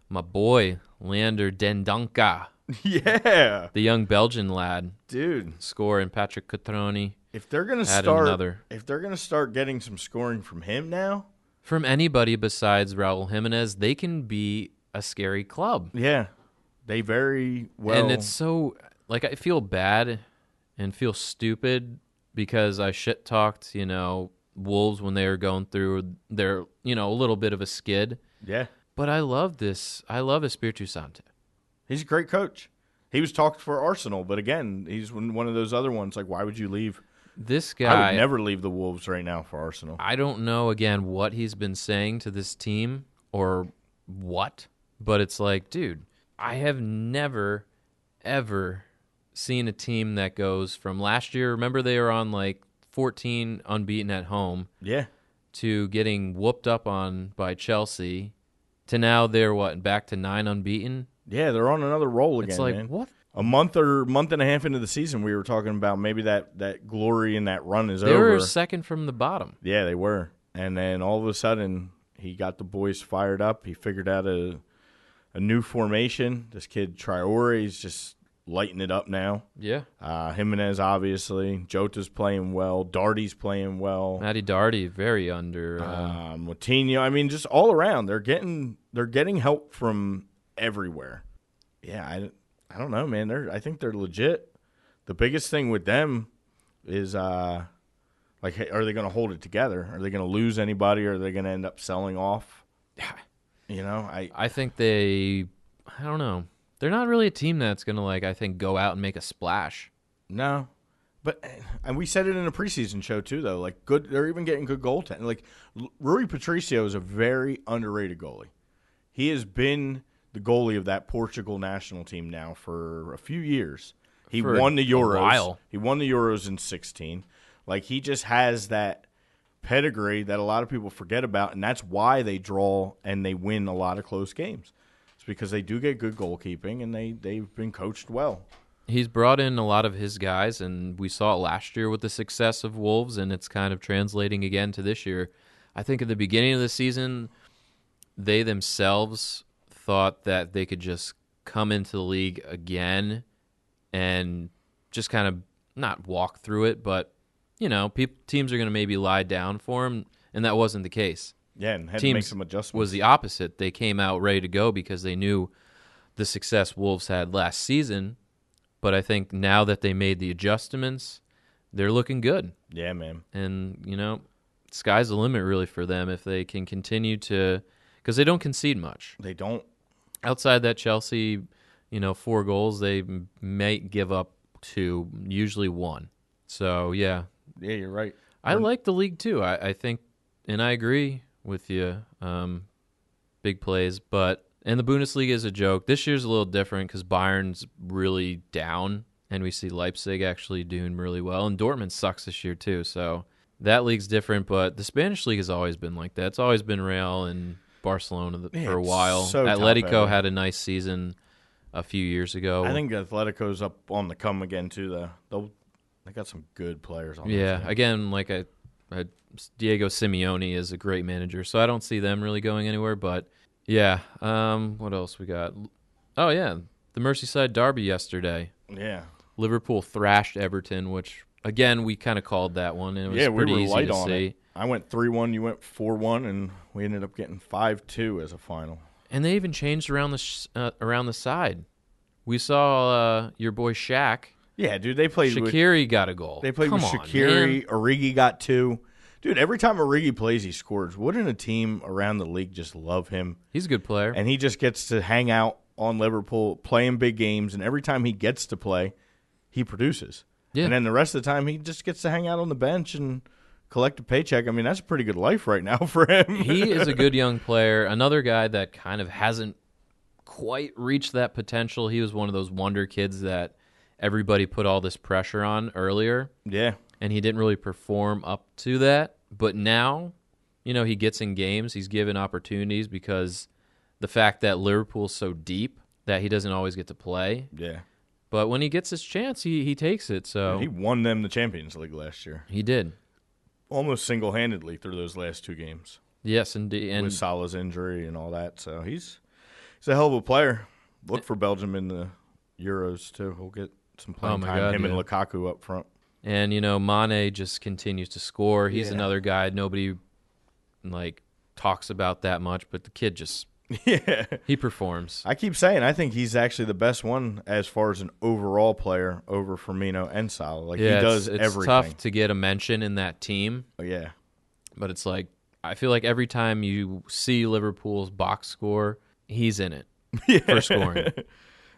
Speaker 2: my boy, Leander Dendonka,
Speaker 3: yeah.
Speaker 2: the young Belgian lad,
Speaker 3: Dude.
Speaker 2: score and Patrick Cotroni.
Speaker 3: If they're gonna
Speaker 2: Add
Speaker 3: start
Speaker 2: another.
Speaker 3: if they're gonna start getting some scoring from him now,
Speaker 2: From anybody besides Raul Jimenez, they can be a scary club.
Speaker 3: yeah. They very well
Speaker 2: and it's so, like, I feel bad and feel stupid because I shit talked, you know, Wolves when they were going through their, you know, a little bit of a skid.
Speaker 3: Yeah.
Speaker 2: But I love this. I love Espiritu Santo.
Speaker 3: He's a great coach. He was talked for Arsenal, but again, he's one one of those other ones. Like, why would you leave?
Speaker 2: This guy.
Speaker 3: I would never leave the Wolves right now for Arsenal.
Speaker 2: I don't know again what he's been saying to this team or what, but it's like, dude, I have never ever seen a team that goes from last year, remember they were on like 14 unbeaten at home
Speaker 3: Yeah,
Speaker 2: to getting whooped up on by Chelsea to now they're what back to 9 unbeaten.
Speaker 3: yeah, they're on another roll again.
Speaker 2: It's like,
Speaker 3: man.
Speaker 2: what?
Speaker 3: A month or month and a half into the season, we were talking about maybe that that glory and that run is
Speaker 2: They
Speaker 3: over.
Speaker 2: were second from the bottom.
Speaker 3: yeah, they were, and then all of a sudden, he got the boys fired up. He figured out a a new formation. This kid Traore is just lighting it up now.
Speaker 2: Yeah.
Speaker 3: Uh, Jimenez obviously, Jota's playing well. Darty's playing well.
Speaker 2: Matty Darty very under uh,
Speaker 3: um, Coutinho. I mean, just all around, they're getting they're getting help from everywhere. Yeah, I, I don't know, man. They're I think they're legit. The biggest thing with them is uh, like, hey, are they going to hold it together? Are they going to lose anybody? Are they going to end up selling off? You know, I
Speaker 2: I think they, I don't know. They're not really a team that's gonna like. I think go out and make a splash.
Speaker 3: no. But eh, and we said it in a preseason show too, though. Like good, they're even getting good goaltending. Like L- Rui Patricio is a very underrated goalie. He has been the goalie of that Portugal national team now for a few years. He
Speaker 2: For
Speaker 3: won the
Speaker 2: a
Speaker 3: Euros.
Speaker 2: while.
Speaker 3: He won the Euros in 16. Like he just has that pedigree that a lot of people forget about and that's why they draw and they win a lot of close games. It's because they do get good goalkeeping and they they've been coached well.
Speaker 2: He's brought in a lot of his guys, and we saw it last year with the success of Wolves, and it's kind of translating again to this year. I think at the beginning of the season, they themselves thought that they could just come into the league again and just kind of not walk through it, but you know, peop teams are going to maybe lie down for him, and that wasn't the case.
Speaker 3: Yeah, and had to make
Speaker 2: teams
Speaker 3: some adjustments.
Speaker 2: was the opposite. They came out ready to go because they knew the success Wolves had last season. But I think now that they made the adjustments, they're looking good.
Speaker 3: yeah, man.
Speaker 2: And, you know, sky's the limit really for them if they can continue to, because they don't concede much.
Speaker 3: They don't
Speaker 2: Outside that Chelsea, you know, four goals, they m- might give up two, usually one. So, yeah,
Speaker 3: Yeah, you're right.
Speaker 2: I like the league too. I, I think, and I agree with you. Um, big plays, but and the Bundesliga is a joke. This year's a little different because Bayern's really down, and we see Leipzig actually doing really well, and Dortmund sucks this year too. So that league's different, but the Spanish league has always been like that. It's always been Real and Barcelona th-
Speaker 3: Man,
Speaker 2: for a
Speaker 3: it's
Speaker 2: while.
Speaker 3: so top
Speaker 2: Atletico
Speaker 3: heavy.
Speaker 2: had a nice season a few years ago.
Speaker 3: I think Atletico's up on the come again too. Though They'll, they got some good players on. that
Speaker 2: Yeah,
Speaker 3: team.
Speaker 2: again, like I, I, Diego Simeone is a great manager, so I don't see them really going anywhere. But yeah, um, what else we got? Oh yeah, the Merseyside derby yesterday.
Speaker 3: yeah,
Speaker 2: Liverpool thrashed Everton, which again we kind of called that one. And it was
Speaker 3: yeah. We
Speaker 2: pretty
Speaker 3: were
Speaker 2: easy
Speaker 3: light
Speaker 2: to
Speaker 3: on
Speaker 2: see.
Speaker 3: it. I went three one. You went four one, and we ended up getting five two as a final.
Speaker 2: And they even changed around the sh- uh, around the side. We saw uh, your boy Shaq.
Speaker 3: Yeah, dude. They played with
Speaker 2: Shakiri got a goal.
Speaker 3: They played
Speaker 2: Come
Speaker 3: with
Speaker 2: on, man.
Speaker 3: Shakiri. Origi got two. Dude, every time Origi plays, he scores. Wouldn't a team around the league just love him?
Speaker 2: He's a good player.
Speaker 3: And he just gets to hang out on Liverpool, playing big games, and every time he gets to play, he produces.
Speaker 2: Yeah.
Speaker 3: And then the rest of the time, he just gets to hang out on the bench and collect a paycheck. I mean, that's a pretty good life right now for him.
Speaker 2: he is a good young player. Another guy that kind of hasn't quite reached that potential. He was one of those wonder kids that everybody put all this pressure on earlier,
Speaker 3: yeah.
Speaker 2: and he didn't really perform up to that. But now, you know, he gets in games, he's given opportunities because the fact that Liverpool's so deep that he doesn't always get to play.
Speaker 3: Yeah.
Speaker 2: But when he gets his chance, he, he takes it. So
Speaker 3: He
Speaker 2: he,
Speaker 3: won them the Champions League last year,
Speaker 2: did.
Speaker 3: almost single handedly through those last two games.
Speaker 2: Yes, indeed. And
Speaker 3: with Salah's injury and all that. So he's he's a hell of a player. Look for Belgium in the Euros too. We'll get some playing
Speaker 2: Oh my
Speaker 3: time.
Speaker 2: God,
Speaker 3: Him and
Speaker 2: yeah.
Speaker 3: Lukaku up front.
Speaker 2: And you know, Mane just continues to score. He's
Speaker 3: Yeah.
Speaker 2: another guy nobody like talks about that much, but the kid just
Speaker 3: yeah,
Speaker 2: he performs.
Speaker 3: I keep saying I think he's actually the best one as far as an overall player over Firmino and Salah. Like
Speaker 2: yeah,
Speaker 3: he does
Speaker 2: it's, it's
Speaker 3: everything.
Speaker 2: tough to get a mention in that team,
Speaker 3: Oh, yeah,
Speaker 2: but it's like I feel like every time you see Liverpool's box score, he's in it for scoring.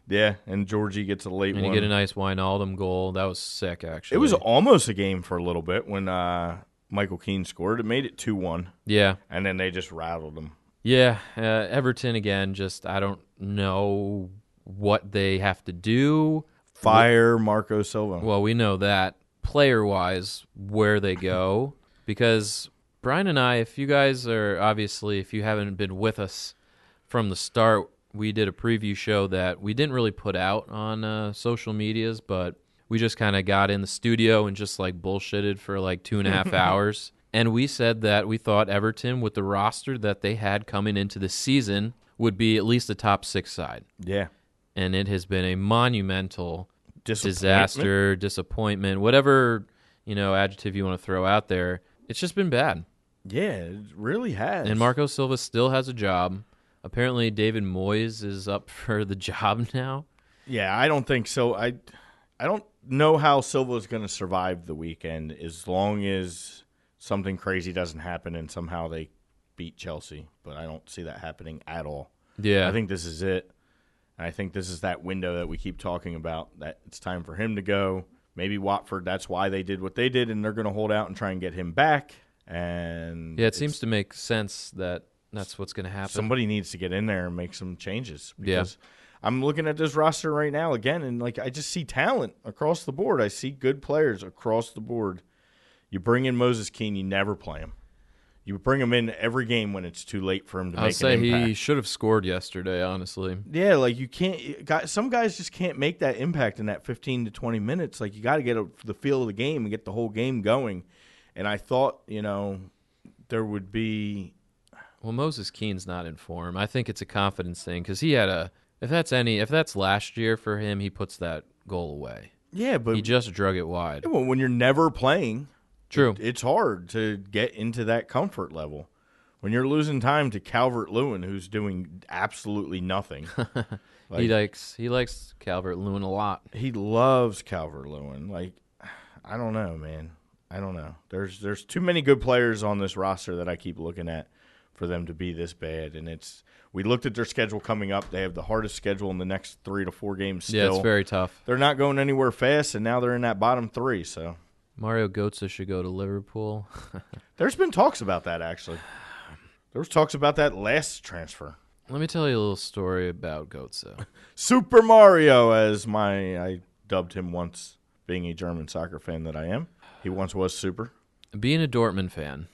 Speaker 3: yeah. And Georgie gets a late
Speaker 2: And you
Speaker 3: one.
Speaker 2: get a nice Wijnaldum goal. That was sick, actually.
Speaker 3: it was almost a game for a little bit when uh, Michael Keane scored. It made it two one,
Speaker 2: yeah,
Speaker 3: and then they just rattled him.
Speaker 2: yeah. Uh, Everton again. Just I don't know what they have to do.
Speaker 3: Fire Marco Silva.
Speaker 2: Well, we know that player wise where they go because Brian and I, if you guys are obviously, if you haven't been with us from the start, we did a preview show that we didn't really put out on uh, social medias, but we just kind of got in the studio and just like bullshitted for like two and a half hours. And we said that we thought Everton, with the roster that they had coming into the season, would be at least a top six side.
Speaker 3: yeah,
Speaker 2: And it has been a monumental
Speaker 3: Disappointment.
Speaker 2: disaster, disappointment, whatever you know adjective you want to throw out there. It's just been bad.
Speaker 3: Yeah, it really has.
Speaker 2: And Marco Silva still has a job. Apparently, David Moyes is up for the job now.
Speaker 3: Yeah, I don't think so. I, I don't know how Silva is going to survive the weekend as long as something crazy doesn't happen and somehow they beat Chelsea. But I don't see that happening at all.
Speaker 2: Yeah,
Speaker 3: I think this is it. And I think this is that window that we keep talking about that it's time for him to go. Maybe Watford, that's why they did what they did, and they're going to hold out and try and get him back. And
Speaker 2: yeah. It
Speaker 3: it's-
Speaker 2: seems to make sense that that's what's going to happen.
Speaker 3: somebody needs to get in there and make some changes
Speaker 2: Yeah.
Speaker 3: because I'm looking at this roster right now again and like I just see talent across the board. I see good players across the board. You bring in Moses Keane, you never play him. You bring him in every game when it's too late for him to
Speaker 2: I'll
Speaker 3: make
Speaker 2: say
Speaker 3: an impact.
Speaker 2: he should have scored yesterday. Honestly,
Speaker 3: yeah, like you can't. Guys, some guys just can't make that impact in that 15 to 20 minutes. Like you got to get a, the feel of the game and get the whole game going. And I thought, you know, there would be
Speaker 2: well, Moses Keane's not in form. I think it's a confidence thing because he had a. If that's any, if that's last year for him, he puts that goal away.
Speaker 3: yeah, but
Speaker 2: He just drug it wide.
Speaker 3: Well, when you're never playing,
Speaker 2: True.
Speaker 3: it- it's hard to get into that comfort level. When you're losing time to Calvert Lewin, who's doing absolutely nothing,
Speaker 2: he likes he likes Calvert Lewin a lot.
Speaker 3: he loves Calvert Lewin. Like, I don't know, man. I don't know. There's there's too many good players on this roster that I keep looking at for them to be this bad. And it's we looked at their schedule coming up. They have the hardest schedule in the next three to four games. Still,
Speaker 2: Yeah, it's very tough.
Speaker 3: they're not going anywhere fast, and now they're in that bottom three. So
Speaker 2: Mario Götze should go to Liverpool.
Speaker 3: There's been talks about that actually. There was talks about that last transfer.
Speaker 2: Let me tell you a little story about Götze.
Speaker 3: Super Mario, as my I dubbed him once, being a German soccer fan that I am. He once was super.
Speaker 2: Being a Dortmund fan,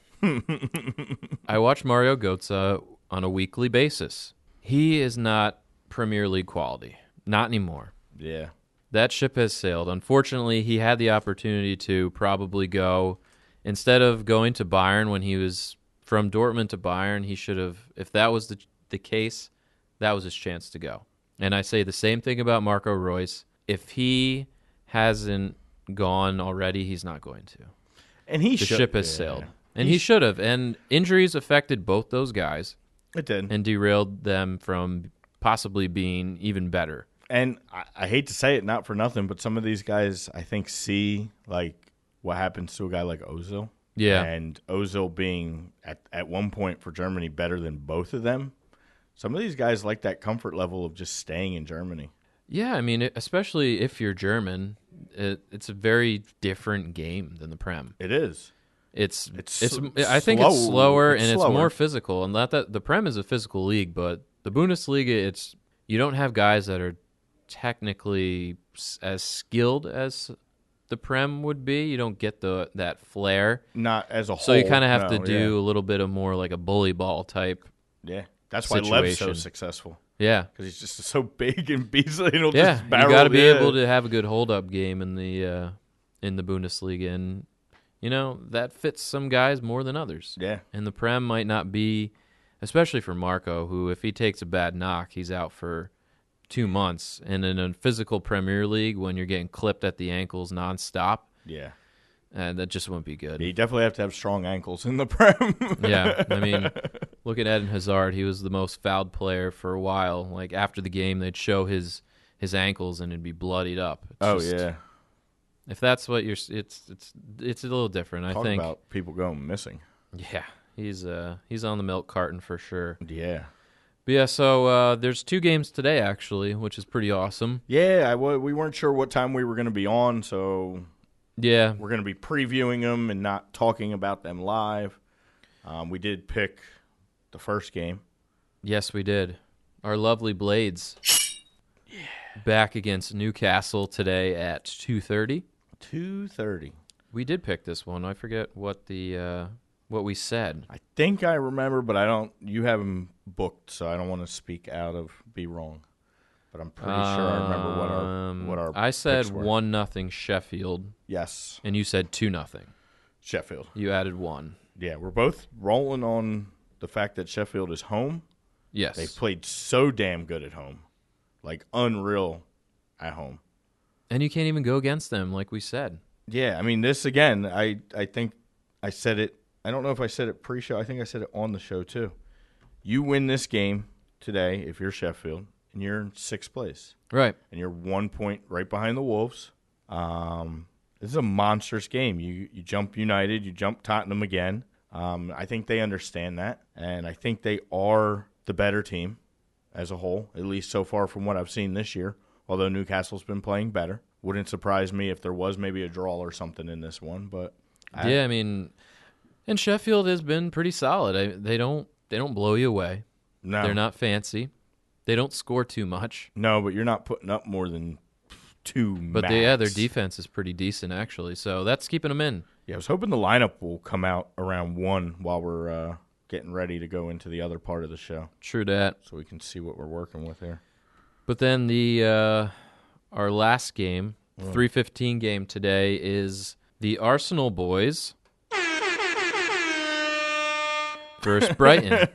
Speaker 2: I watch Mario Götze on a weekly basis. He is not Premier League quality, not anymore.
Speaker 3: Yeah.
Speaker 2: That ship has sailed. Unfortunately, he had the opportunity to probably go instead of going to Bayern when he was from Dortmund to Bayern. He should have, if that was the the case, that was his chance to go. And I say the same thing about Marco Royce. If he hasn't gone already, he's not going to.
Speaker 3: And he
Speaker 2: The
Speaker 3: should-
Speaker 2: ship has
Speaker 3: yeah.
Speaker 2: sailed, and he should have. And injuries affected both those guys
Speaker 3: It did.
Speaker 2: and derailed them from possibly being even better.
Speaker 3: And I, I hate to say it, not for nothing, but some of these guys I think see like what happens to a guy like Ozil.
Speaker 2: Yeah.
Speaker 3: And Ozil being at, at one point for Germany better than both of them. Some of these guys like that comfort level of just staying in Germany.
Speaker 2: Yeah, I mean, it- especially if you're German, it, it's a very different game than the Prem.
Speaker 3: It is.
Speaker 2: It's
Speaker 3: It's
Speaker 2: it's,
Speaker 3: s-
Speaker 2: I think it's
Speaker 3: slow.
Speaker 2: slower
Speaker 3: It's
Speaker 2: and
Speaker 3: slower.
Speaker 2: it's more physical. And not that the Prem is a physical league, but the Bundesliga, it's you don't have guys that are technically s- as skilled as the Prem would be. You don't get the that flair,
Speaker 3: Not as a whole.
Speaker 2: so you kind of have
Speaker 3: no,
Speaker 2: to do a little bit of more like a bully ball type.
Speaker 3: Yeah. yeah. That's why Lev's so
Speaker 2: situation.
Speaker 3: successful
Speaker 2: Yeah,
Speaker 3: because he's just so big and Beasley and he'll
Speaker 2: yeah,
Speaker 3: just
Speaker 2: you
Speaker 3: barrel.
Speaker 2: got to be
Speaker 3: yeah.
Speaker 2: able to have a good hold up game in the uh, in the Bundesliga, and you know that fits some guys more than others.
Speaker 3: Yeah.
Speaker 2: And the Prem might not be, especially for Marco, who if he takes a bad knock, he's out for two months. And in a physical Premier League, when you're getting clipped at the ankles nonstop,
Speaker 3: Yeah.
Speaker 2: uh, that just wouldn't be good.
Speaker 3: You definitely have to have strong ankles in the prem.
Speaker 2: yeah, I mean, look at Eden Hazard. He was the most fouled player for a while. Like after the game, they'd show his his ankles and it'd be bloodied up. It's
Speaker 3: oh
Speaker 2: just-
Speaker 3: yeah.
Speaker 2: If that's what you're, s- it's it's it's a little different. I
Speaker 3: Talk
Speaker 2: think.
Speaker 3: about people going missing.
Speaker 2: Yeah, he's uh he's on the milk carton for sure.
Speaker 3: Yeah.
Speaker 2: But yeah, so uh, there's two games today actually, which is pretty awesome.
Speaker 3: Yeah, I wa we weren't sure what time we were going to be on, so
Speaker 2: Yeah,
Speaker 3: we're going to be previewing them and not talking about them live. Um, we did pick the first game.
Speaker 2: yes we did. Our lovely Blades. Back against Newcastle today at 2:30.
Speaker 3: 2:30.
Speaker 2: We did pick this one. I forget what the uh, what we said.
Speaker 3: I think I remember, but I don't you have them booked, so I don't want to speak out of be wrong. But I'm pretty sure I remember what our
Speaker 2: Um,
Speaker 3: what our
Speaker 2: I said
Speaker 3: picks were.
Speaker 2: one nothing Sheffield,
Speaker 3: Yes.
Speaker 2: and you said two nothing.
Speaker 3: Sheffield.
Speaker 2: You added one.
Speaker 3: Yeah, we're both rolling on the fact that Sheffield is home.
Speaker 2: Yes.
Speaker 3: They played so damn good at home. Like unreal at home.
Speaker 2: And you can't even go against them, like we said.
Speaker 3: Yeah, I mean this again. I I think I said it. I don't know if I said it pre-show. I think I said it on the show too. You win this game today if you're Sheffield and you're in sixth place
Speaker 2: Right.
Speaker 3: and you're one point right behind the Wolves. Um, this is a monstrous game. You you jump United, you jump Tottenham again. Um, I think they understand that, and I think they are the better team as a whole, at least so far from what I've seen this year. Although Newcastle's been playing better, wouldn't surprise me if there was maybe a draw or something in this one. But
Speaker 2: yeah, I mean, and Sheffield has been pretty solid. I, they don't they don't blow you away.
Speaker 3: no,
Speaker 2: They're not fancy. They don't score too much.
Speaker 3: No, but you're not putting up more than two.
Speaker 2: But the, yeah, their
Speaker 3: max.
Speaker 2: defense is pretty decent actually. So that's keeping them in.
Speaker 3: Yeah, I was hoping the lineup will come out around one while we're uh, getting ready to go into the other part of the show,
Speaker 2: True that.
Speaker 3: so we can see what we're working with here.
Speaker 2: But then the uh, our last game, three fifteen game today is the Arsenal boys versus Brighton.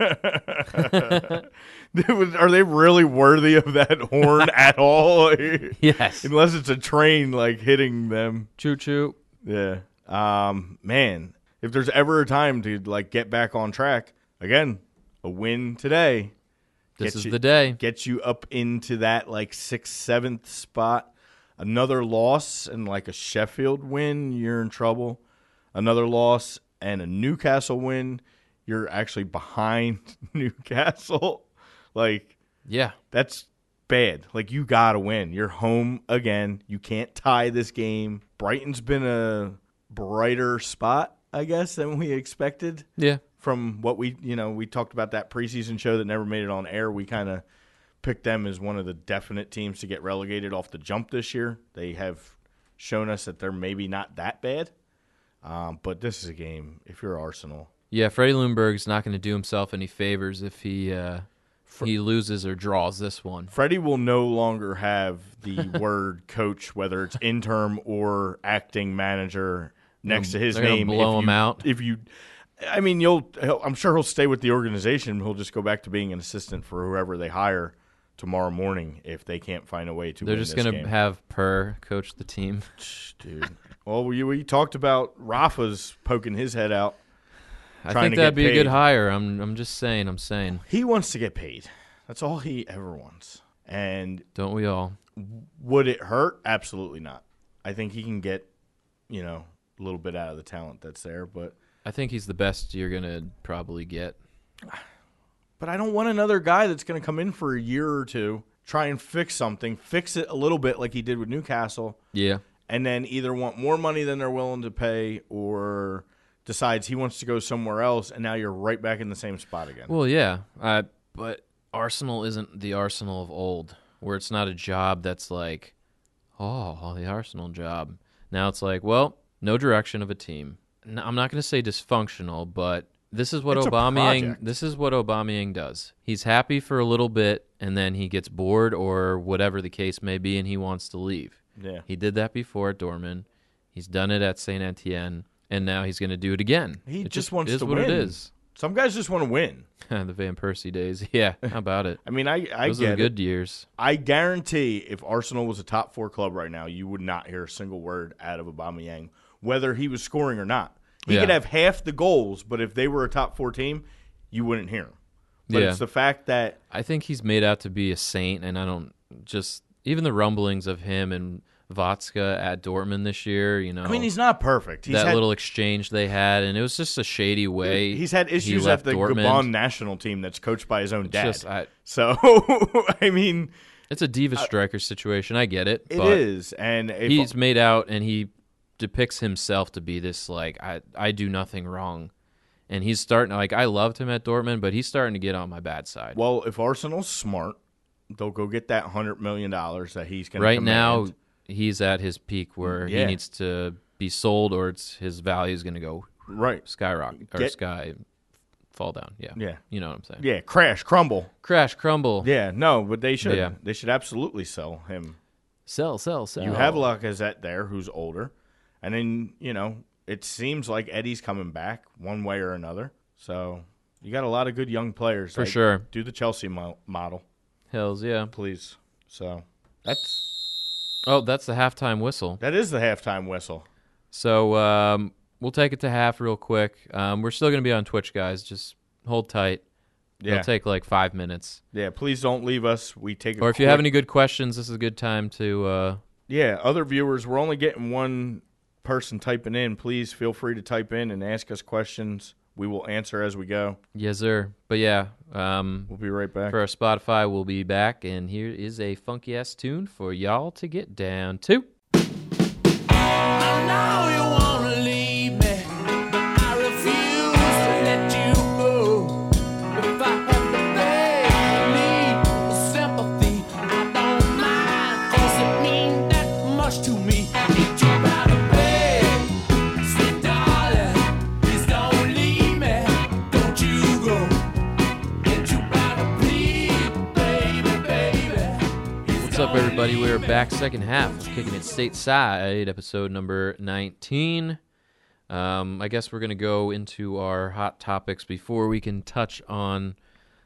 Speaker 3: Are they really worthy of that horn at all?
Speaker 2: yes.
Speaker 3: Unless it's a train like hitting them.
Speaker 2: Choo choo.
Speaker 3: Yeah. Um, man, if there's ever a time to like get back on track again, a win today
Speaker 2: This
Speaker 3: Get
Speaker 2: is
Speaker 3: you-
Speaker 2: the day.
Speaker 3: gets you up into that like sixth, seventh spot. Another loss and like a Sheffield win, you're in trouble. Another loss and a Newcastle win, you're actually behind Newcastle. Like
Speaker 2: Yeah.
Speaker 3: that's bad. Like you gotta win. You're home again. You can't tie this game. Brighton's been a brighter spot, I guess, than we expected
Speaker 2: Yeah.
Speaker 3: from what we you know we talked about that preseason show that never made it on air we kind of picked them as one of the definite teams to get relegated off the jump this year they have shown us that they're maybe not that bad Um, but this is a game. If you're Arsenal,
Speaker 2: Yeah, Freddie Lundberg's not going to do himself any favors if he uh, he loses or draws this one.
Speaker 3: Freddie will no longer have the word coach, whether it's interim or acting manager, next to his
Speaker 2: They're gonna
Speaker 3: name.
Speaker 2: blow
Speaker 3: if
Speaker 2: him
Speaker 3: you-
Speaker 2: out.
Speaker 3: If you, I mean, you'll. He'll, I'm sure he'll stay with the organization. He'll just go back to being an assistant for whoever they hire tomorrow morning if they can't find a way to.
Speaker 2: They're
Speaker 3: win
Speaker 2: just
Speaker 3: this
Speaker 2: going
Speaker 3: game.
Speaker 2: to have Per coach the team.
Speaker 3: dude. Well, we, we talked about Rafa's poking his head out.
Speaker 2: I
Speaker 3: Trying
Speaker 2: think
Speaker 3: to
Speaker 2: that'd
Speaker 3: get
Speaker 2: be a good
Speaker 3: paid.
Speaker 2: hire. I'm I'm just saying. I'm saying.
Speaker 3: He wants to get paid. That's all he ever wants. And
Speaker 2: Don't we all?
Speaker 3: would it hurt? Absolutely not. I think he can get, you know, a little bit out of the talent that's there, but
Speaker 2: I think he's the best you're going to probably get.
Speaker 3: but I don't want another guy that's going to come in for a year or two, try and fix something, fix it a little bit like he did with Newcastle,
Speaker 2: Yeah.
Speaker 3: and then either want more money than they're willing to pay or decides he wants to go somewhere else and now you're right back in the same spot again.
Speaker 2: Well, yeah. Uh, but Arsenal isn't the Arsenal of old, where it's not a job that's like, oh, the Arsenal job. Now it's like, well, no direction of a team. N I'm not going to say dysfunctional, but this is what
Speaker 3: It's a
Speaker 2: Aubameyang.
Speaker 3: project.
Speaker 2: This is what Aubameyang does. He's happy for a little bit, and then he gets bored or whatever the case may be, and he wants to leave.
Speaker 3: Yeah.
Speaker 2: He did that before at Dortmund. He's done it at Saint Etienne, and now he's going to do it again.
Speaker 3: He
Speaker 2: It
Speaker 3: just wants
Speaker 2: is
Speaker 3: to
Speaker 2: what it
Speaker 3: win.
Speaker 2: is.
Speaker 3: Some guys just want to win.
Speaker 2: the Van Persie days. Yeah, how about it?
Speaker 3: I mean, I I
Speaker 2: Those
Speaker 3: get
Speaker 2: are the
Speaker 3: it.
Speaker 2: good years.
Speaker 3: I guarantee if Arsenal was a top four club right now, you would not hear a single word out of Aubameyang, whether he was scoring or not. He
Speaker 2: Yeah.
Speaker 3: could have half the goals, but if they were a top four team, you wouldn't hear him. But
Speaker 2: Yeah.
Speaker 3: it's the fact that
Speaker 2: I think he's made out to be a saint, and I don't just even the rumblings of him and Vatska at Dortmund this year. You know,
Speaker 3: I mean, he's not perfect. He's
Speaker 2: Oh. that
Speaker 3: had,
Speaker 2: little exchange they had, and it was just a shady way.
Speaker 3: he's had
Speaker 2: he
Speaker 3: issues at
Speaker 2: left
Speaker 3: the
Speaker 2: Dortmund.
Speaker 3: Gabon national team that's coached by his own dad.
Speaker 2: just- I-
Speaker 3: so I mean,
Speaker 2: It's a diva striker situation. I get it.
Speaker 3: Uh, it is,
Speaker 2: but
Speaker 3: and if,
Speaker 2: he's made out, and he depicts himself to be this like I I do nothing wrong, and he's starting like I loved him at Dortmund, but he's starting to get on my bad side.
Speaker 3: well, if Arsenal's smart, they'll go get that hundred million dollars that he's going to
Speaker 2: right now he's at his peak where
Speaker 3: Yeah.
Speaker 2: he needs to be sold or it's his value is going to go
Speaker 3: Right.
Speaker 2: skyrocket or
Speaker 3: Get-
Speaker 2: sky fall down yeah
Speaker 3: Yeah.
Speaker 2: you know what i'm saying
Speaker 3: Yeah. Crash. Crumble.
Speaker 2: crash crumble
Speaker 3: Yeah, no, but they should.
Speaker 2: Yeah.
Speaker 3: They should absolutely sell him.
Speaker 2: sell sell sell
Speaker 3: You have Lacazette there, who's older, and then you know it seems like Eddie's coming back one way or another. So you got a lot of good young players
Speaker 2: for
Speaker 3: Like,
Speaker 2: sure
Speaker 3: Do the Chelsea mo- model,
Speaker 2: hells yeah
Speaker 3: please. So that's
Speaker 2: oh that's the halftime whistle
Speaker 3: that is the halftime whistle.
Speaker 2: so um, we'll take it to half real quick um, we're still going to be on twitch guys just hold tight
Speaker 3: Yeah,
Speaker 2: it'll take like five minutes
Speaker 3: yeah. Please don't leave us. We take a
Speaker 2: or if you have
Speaker 3: quick-
Speaker 2: any good questions this is a good time to uh,
Speaker 3: yeah, other viewers, we're only getting one person typing in. Please feel free to type in and ask us questions. We will answer as we go.
Speaker 2: yes sir but yeah um,
Speaker 3: We'll be right back.
Speaker 2: for our Spotify. We'll be back, and here is a funky ass tune for y'all to get down to. What's up, everybody? We're back, second half, of kicking it stateside, episode number nineteen. Um, I guess we're gonna go into our hot topics before we can touch on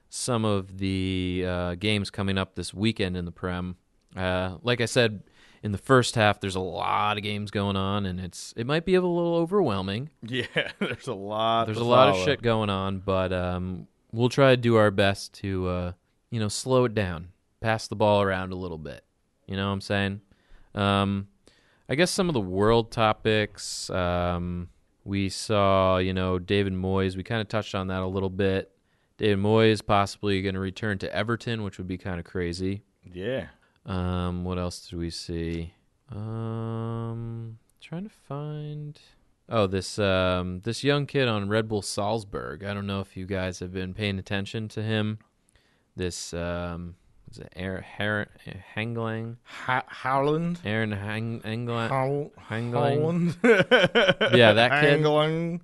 Speaker 2: some of the uh, games coming up this weekend in the Prem. Uh, like I said in the first half, there's a lot of games going on, and it's it might be a little overwhelming.
Speaker 3: Yeah, there's a lot.
Speaker 2: There's a
Speaker 3: to
Speaker 2: lot of
Speaker 3: follow.
Speaker 2: shit going on, but um, we'll try to do our best to, uh, you know, slow it down, pass the ball around a little bit. You know what I'm saying? Um, I guess some of the world topics um, we saw, you know, David Moyes. We kind of touched on that a little bit. David Moyes possibly going to return to Everton, which would be kind of crazy.
Speaker 3: Yeah,
Speaker 2: Um, what else did we see? Um, trying to find. Oh, this um this young kid on Red Bull Salzburg. I don't know if you guys have been paying attention to him. This um Is it Aaron, Aaron Hangling?
Speaker 3: Ha- Howland.
Speaker 2: Aaron Hang, Hangling?
Speaker 3: How-
Speaker 2: Hangling.
Speaker 3: Howland.
Speaker 2: Yeah, that kid.
Speaker 3: Hangling.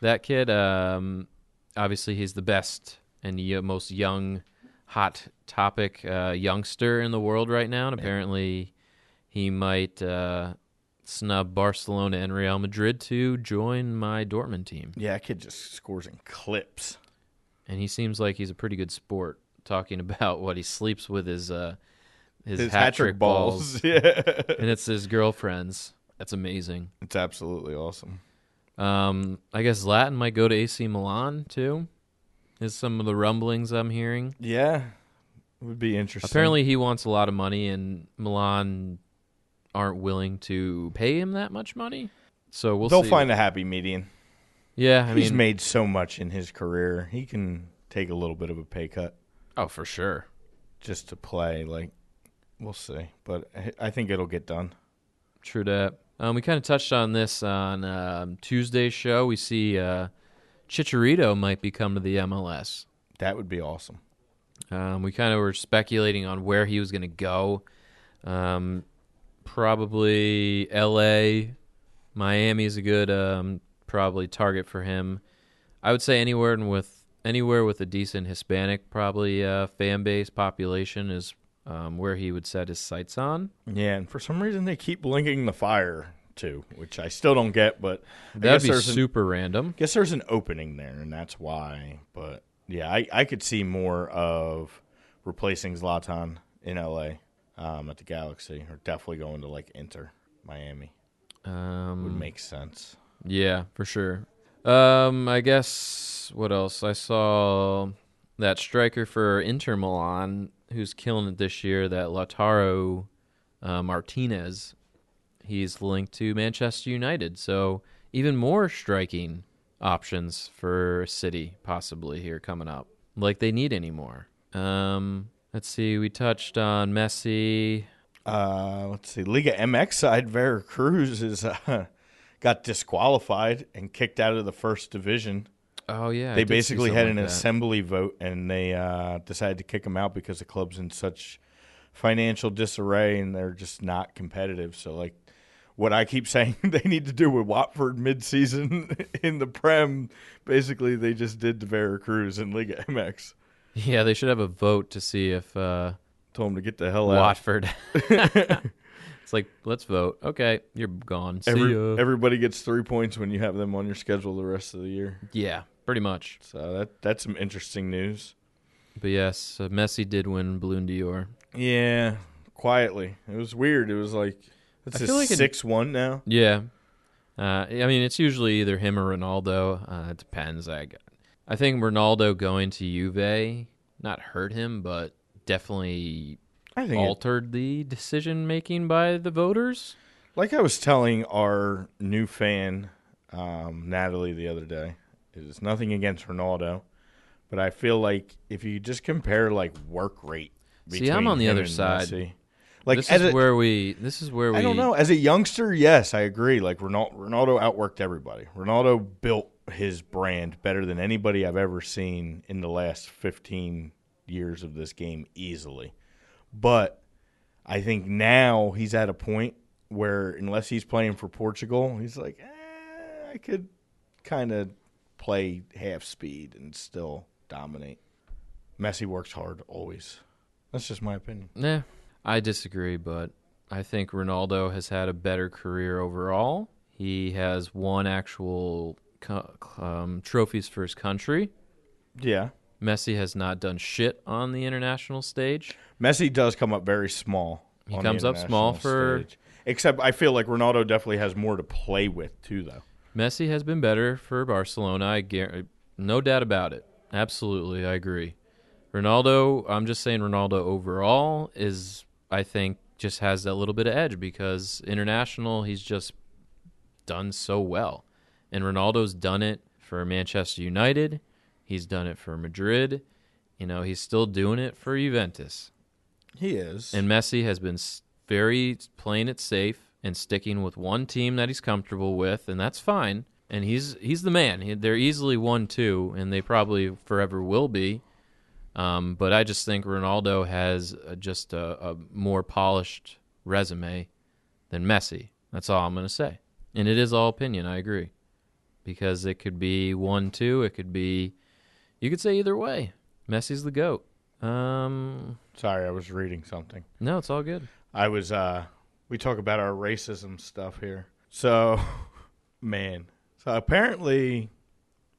Speaker 2: That kid, um, obviously, he's the best and the most young, hot topic uh, youngster in the world right now. And apparently, he might uh, snub Barcelona and Real Madrid to join my Dortmund team.
Speaker 3: Yeah, that kid just scores in clips.
Speaker 2: And he seems like he's a pretty good sport. Talking about what he sleeps with his uh, his,
Speaker 3: His
Speaker 2: hat trick balls,
Speaker 3: yeah,
Speaker 2: and it's his girlfriend's. That's amazing.
Speaker 3: it's absolutely awesome.
Speaker 2: Um, I guess Latin might go to AC Milan too. Is some of the rumblings I'm hearing.
Speaker 3: Yeah, it would be interesting.
Speaker 2: Apparently, he wants a lot of money, and Milan aren't willing to pay him that much money. So we'll
Speaker 3: they'll
Speaker 2: see.
Speaker 3: find a happy median.
Speaker 2: Yeah, I
Speaker 3: He's
Speaker 2: mean,
Speaker 3: made so much in his career. He can take a little bit of a pay cut
Speaker 2: oh for sure.
Speaker 3: just to play. Like, we'll see. But I- I think it'll get done.
Speaker 2: True that. Um, we kind of touched on this on um, Tuesday's show. We see uh, Chicharito might be coming to the MLS.
Speaker 3: That would be awesome.
Speaker 2: Um, we kind of were speculating on where he was going to go. Um, probably L.A., Miami is a good um, probably target for him. I would say anywhere and with anywhere with a decent Hispanic probably uh, fan base population is um, where he would set his sights on.
Speaker 3: Yeah, and for some reason they keep linking the fire too, which I still don't get. But I guess
Speaker 2: That'd be
Speaker 3: there's an-
Speaker 2: super random.
Speaker 3: guess there's an opening there, and that's why. But yeah, I, I could see more of replacing Zlatan in LA um, at the Galaxy, or definitely going to like Inter Miami
Speaker 2: Um,
Speaker 3: would make sense.
Speaker 2: Yeah, for sure. Um, I guess what else? I saw that striker for Inter Milan, who's killing it this year. That Lautaro uh, Martinez, he's linked to Manchester United. So even more striking options for City possibly here coming up. Like they need any more. Um, let's see. We touched on Messi.
Speaker 3: Uh, let's see, Liga MX side Vera Cruz is uh, got disqualified and kicked out of the first division.
Speaker 2: Oh yeah, I
Speaker 3: they
Speaker 2: did see
Speaker 3: basically had an
Speaker 2: something like that.
Speaker 3: assembly vote and they uh, decided to kick him out because the club's in such financial disarray and they're just not competitive. So, like, what I keep saying they need to do with Watford midseason in the Prem, basically, they just did to Veracruz in Liga MX.
Speaker 2: Yeah, they should have a vote to see if. Uh,
Speaker 3: Told them to get the hell out.
Speaker 2: Watford. it's like, let's vote. Okay, you're gone. See
Speaker 3: Every-
Speaker 2: ya.
Speaker 3: everybody gets three points when you have them on your schedule the rest of the year.
Speaker 2: yeah, pretty much.
Speaker 3: So, that that's some interesting news.
Speaker 2: But yes, uh, Messi did win Balloon d'Or.
Speaker 3: Yeah, quietly. It was weird. It was like,
Speaker 2: I
Speaker 3: it's
Speaker 2: feel like it-
Speaker 3: 6 1 now.
Speaker 2: Yeah. Uh, I mean, it's usually either him or Ronaldo. Uh, it depends. I, g- I think Ronaldo going to Juve not hurt him, but definitely
Speaker 3: I think it-
Speaker 2: altered the decision making by the voters.
Speaker 3: Like I was telling our new fan, um, Natalie, the other day, it is nothing against Ronaldo, but I feel like if you just compare like work rate.
Speaker 2: See, I'm
Speaker 3: between
Speaker 2: on the
Speaker 3: him
Speaker 2: other
Speaker 3: and
Speaker 2: side.
Speaker 3: Messi, Like
Speaker 2: this
Speaker 3: as
Speaker 2: is
Speaker 3: a-
Speaker 2: where we. This is where we.
Speaker 3: I don't know. As a youngster, yes, I agree. Like Ronaldo, Ronaldo outworked everybody. Ronaldo built his brand better than anybody I've ever seen in the last 15 years of this game easily. But I think now he's at a point where unless he's playing for Portugal, he's like, eh, I could kind of play half speed and still dominate. Messi works hard always. That's just my opinion.
Speaker 2: Nah, I disagree, but I think Ronaldo has had a better career overall. He has won actual co- um, trophies for his country.
Speaker 3: Yeah.
Speaker 2: Messi has not done shit on the international stage.
Speaker 3: Messi does come up very small.
Speaker 2: He
Speaker 3: on the
Speaker 2: comes up small
Speaker 3: international
Speaker 2: for-
Speaker 3: stage. Except I feel like Ronaldo definitely has more to play with too, though.
Speaker 2: Messi has been better for Barcelona. I guar- no doubt about it. Absolutely, I agree. Ronaldo, I'm just saying Ronaldo overall is I think just has that little bit of edge because international he's just done so well. And Ronaldo's done it for Manchester United, he's done it for Madrid, you know, he's still doing it for Juventus.
Speaker 3: He is.
Speaker 2: And Messi has been s- very playing it safe and sticking with one team that he's comfortable with, and that's fine. And he's he's the man. He, they're easily one two, and they probably forever will be. Um, but I just think Ronaldo has uh just a, a more polished resume than Messi. That's all I'm going to say. And it is all opinion. I agree. Because it could be 1 2. It could be, you could say either way. Messi's the GOAT. Um,
Speaker 3: Sorry, I was reading something.
Speaker 2: no, it's all good.
Speaker 3: I was uh we talk about our racism stuff here. So man. So apparently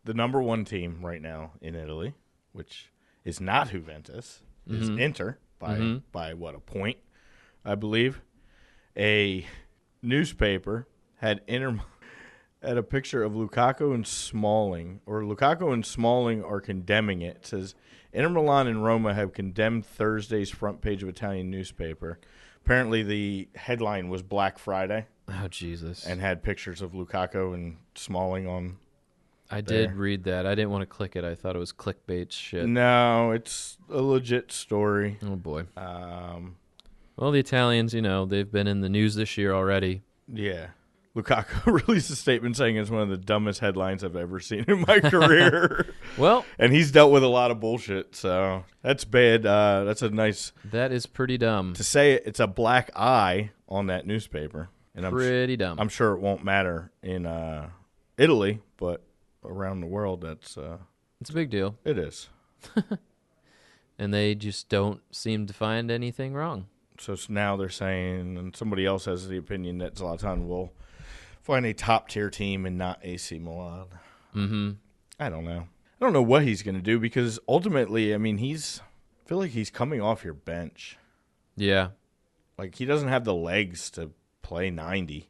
Speaker 3: the number one team right now in Italy, which is not Juventus, is
Speaker 2: Mm-hmm.
Speaker 3: Inter by by what a point, I believe. A newspaper had Inter had a picture of Lukaku and Smalling, or Lukaku and Smalling are condemning it. It says Inter Milan and Roma have condemned Thursday's front page of Italian newspaper. Apparently, the headline was Black Friday
Speaker 2: Oh, Jesus.
Speaker 3: and had pictures of Lukaku and Smalling on.
Speaker 2: I
Speaker 3: there.
Speaker 2: did read that. I didn't want to click it. I thought it was clickbait shit.
Speaker 3: No, it's a legit story.
Speaker 2: Oh, boy.
Speaker 3: Um,
Speaker 2: Well, the Italians, you know, they've been in the news this year already.
Speaker 3: yeah. Lukaku released a statement saying it's one of the dumbest headlines I've ever seen in my career.
Speaker 2: Well,
Speaker 3: and he's dealt with a lot of bullshit, so that's bad. Uh, that's a nice
Speaker 2: that is pretty dumb.
Speaker 3: to say it, it's a black eye on that newspaper, and I'm su-
Speaker 2: Pretty dumb.
Speaker 3: I'm sure it won't matter in uh, Italy, but around the world, that's uh,
Speaker 2: It's a big deal.
Speaker 3: it is.
Speaker 2: And they just don't seem to find anything wrong.
Speaker 3: So s- now they're saying, and somebody else has the opinion that Zlatan will find a top tier team and not AC Milan.
Speaker 2: hmm
Speaker 3: I don't know. I don't know what he's going to do because ultimately, I mean, he's I feel like he's coming off your bench.
Speaker 2: Yeah.
Speaker 3: Like he doesn't have the legs to play 90,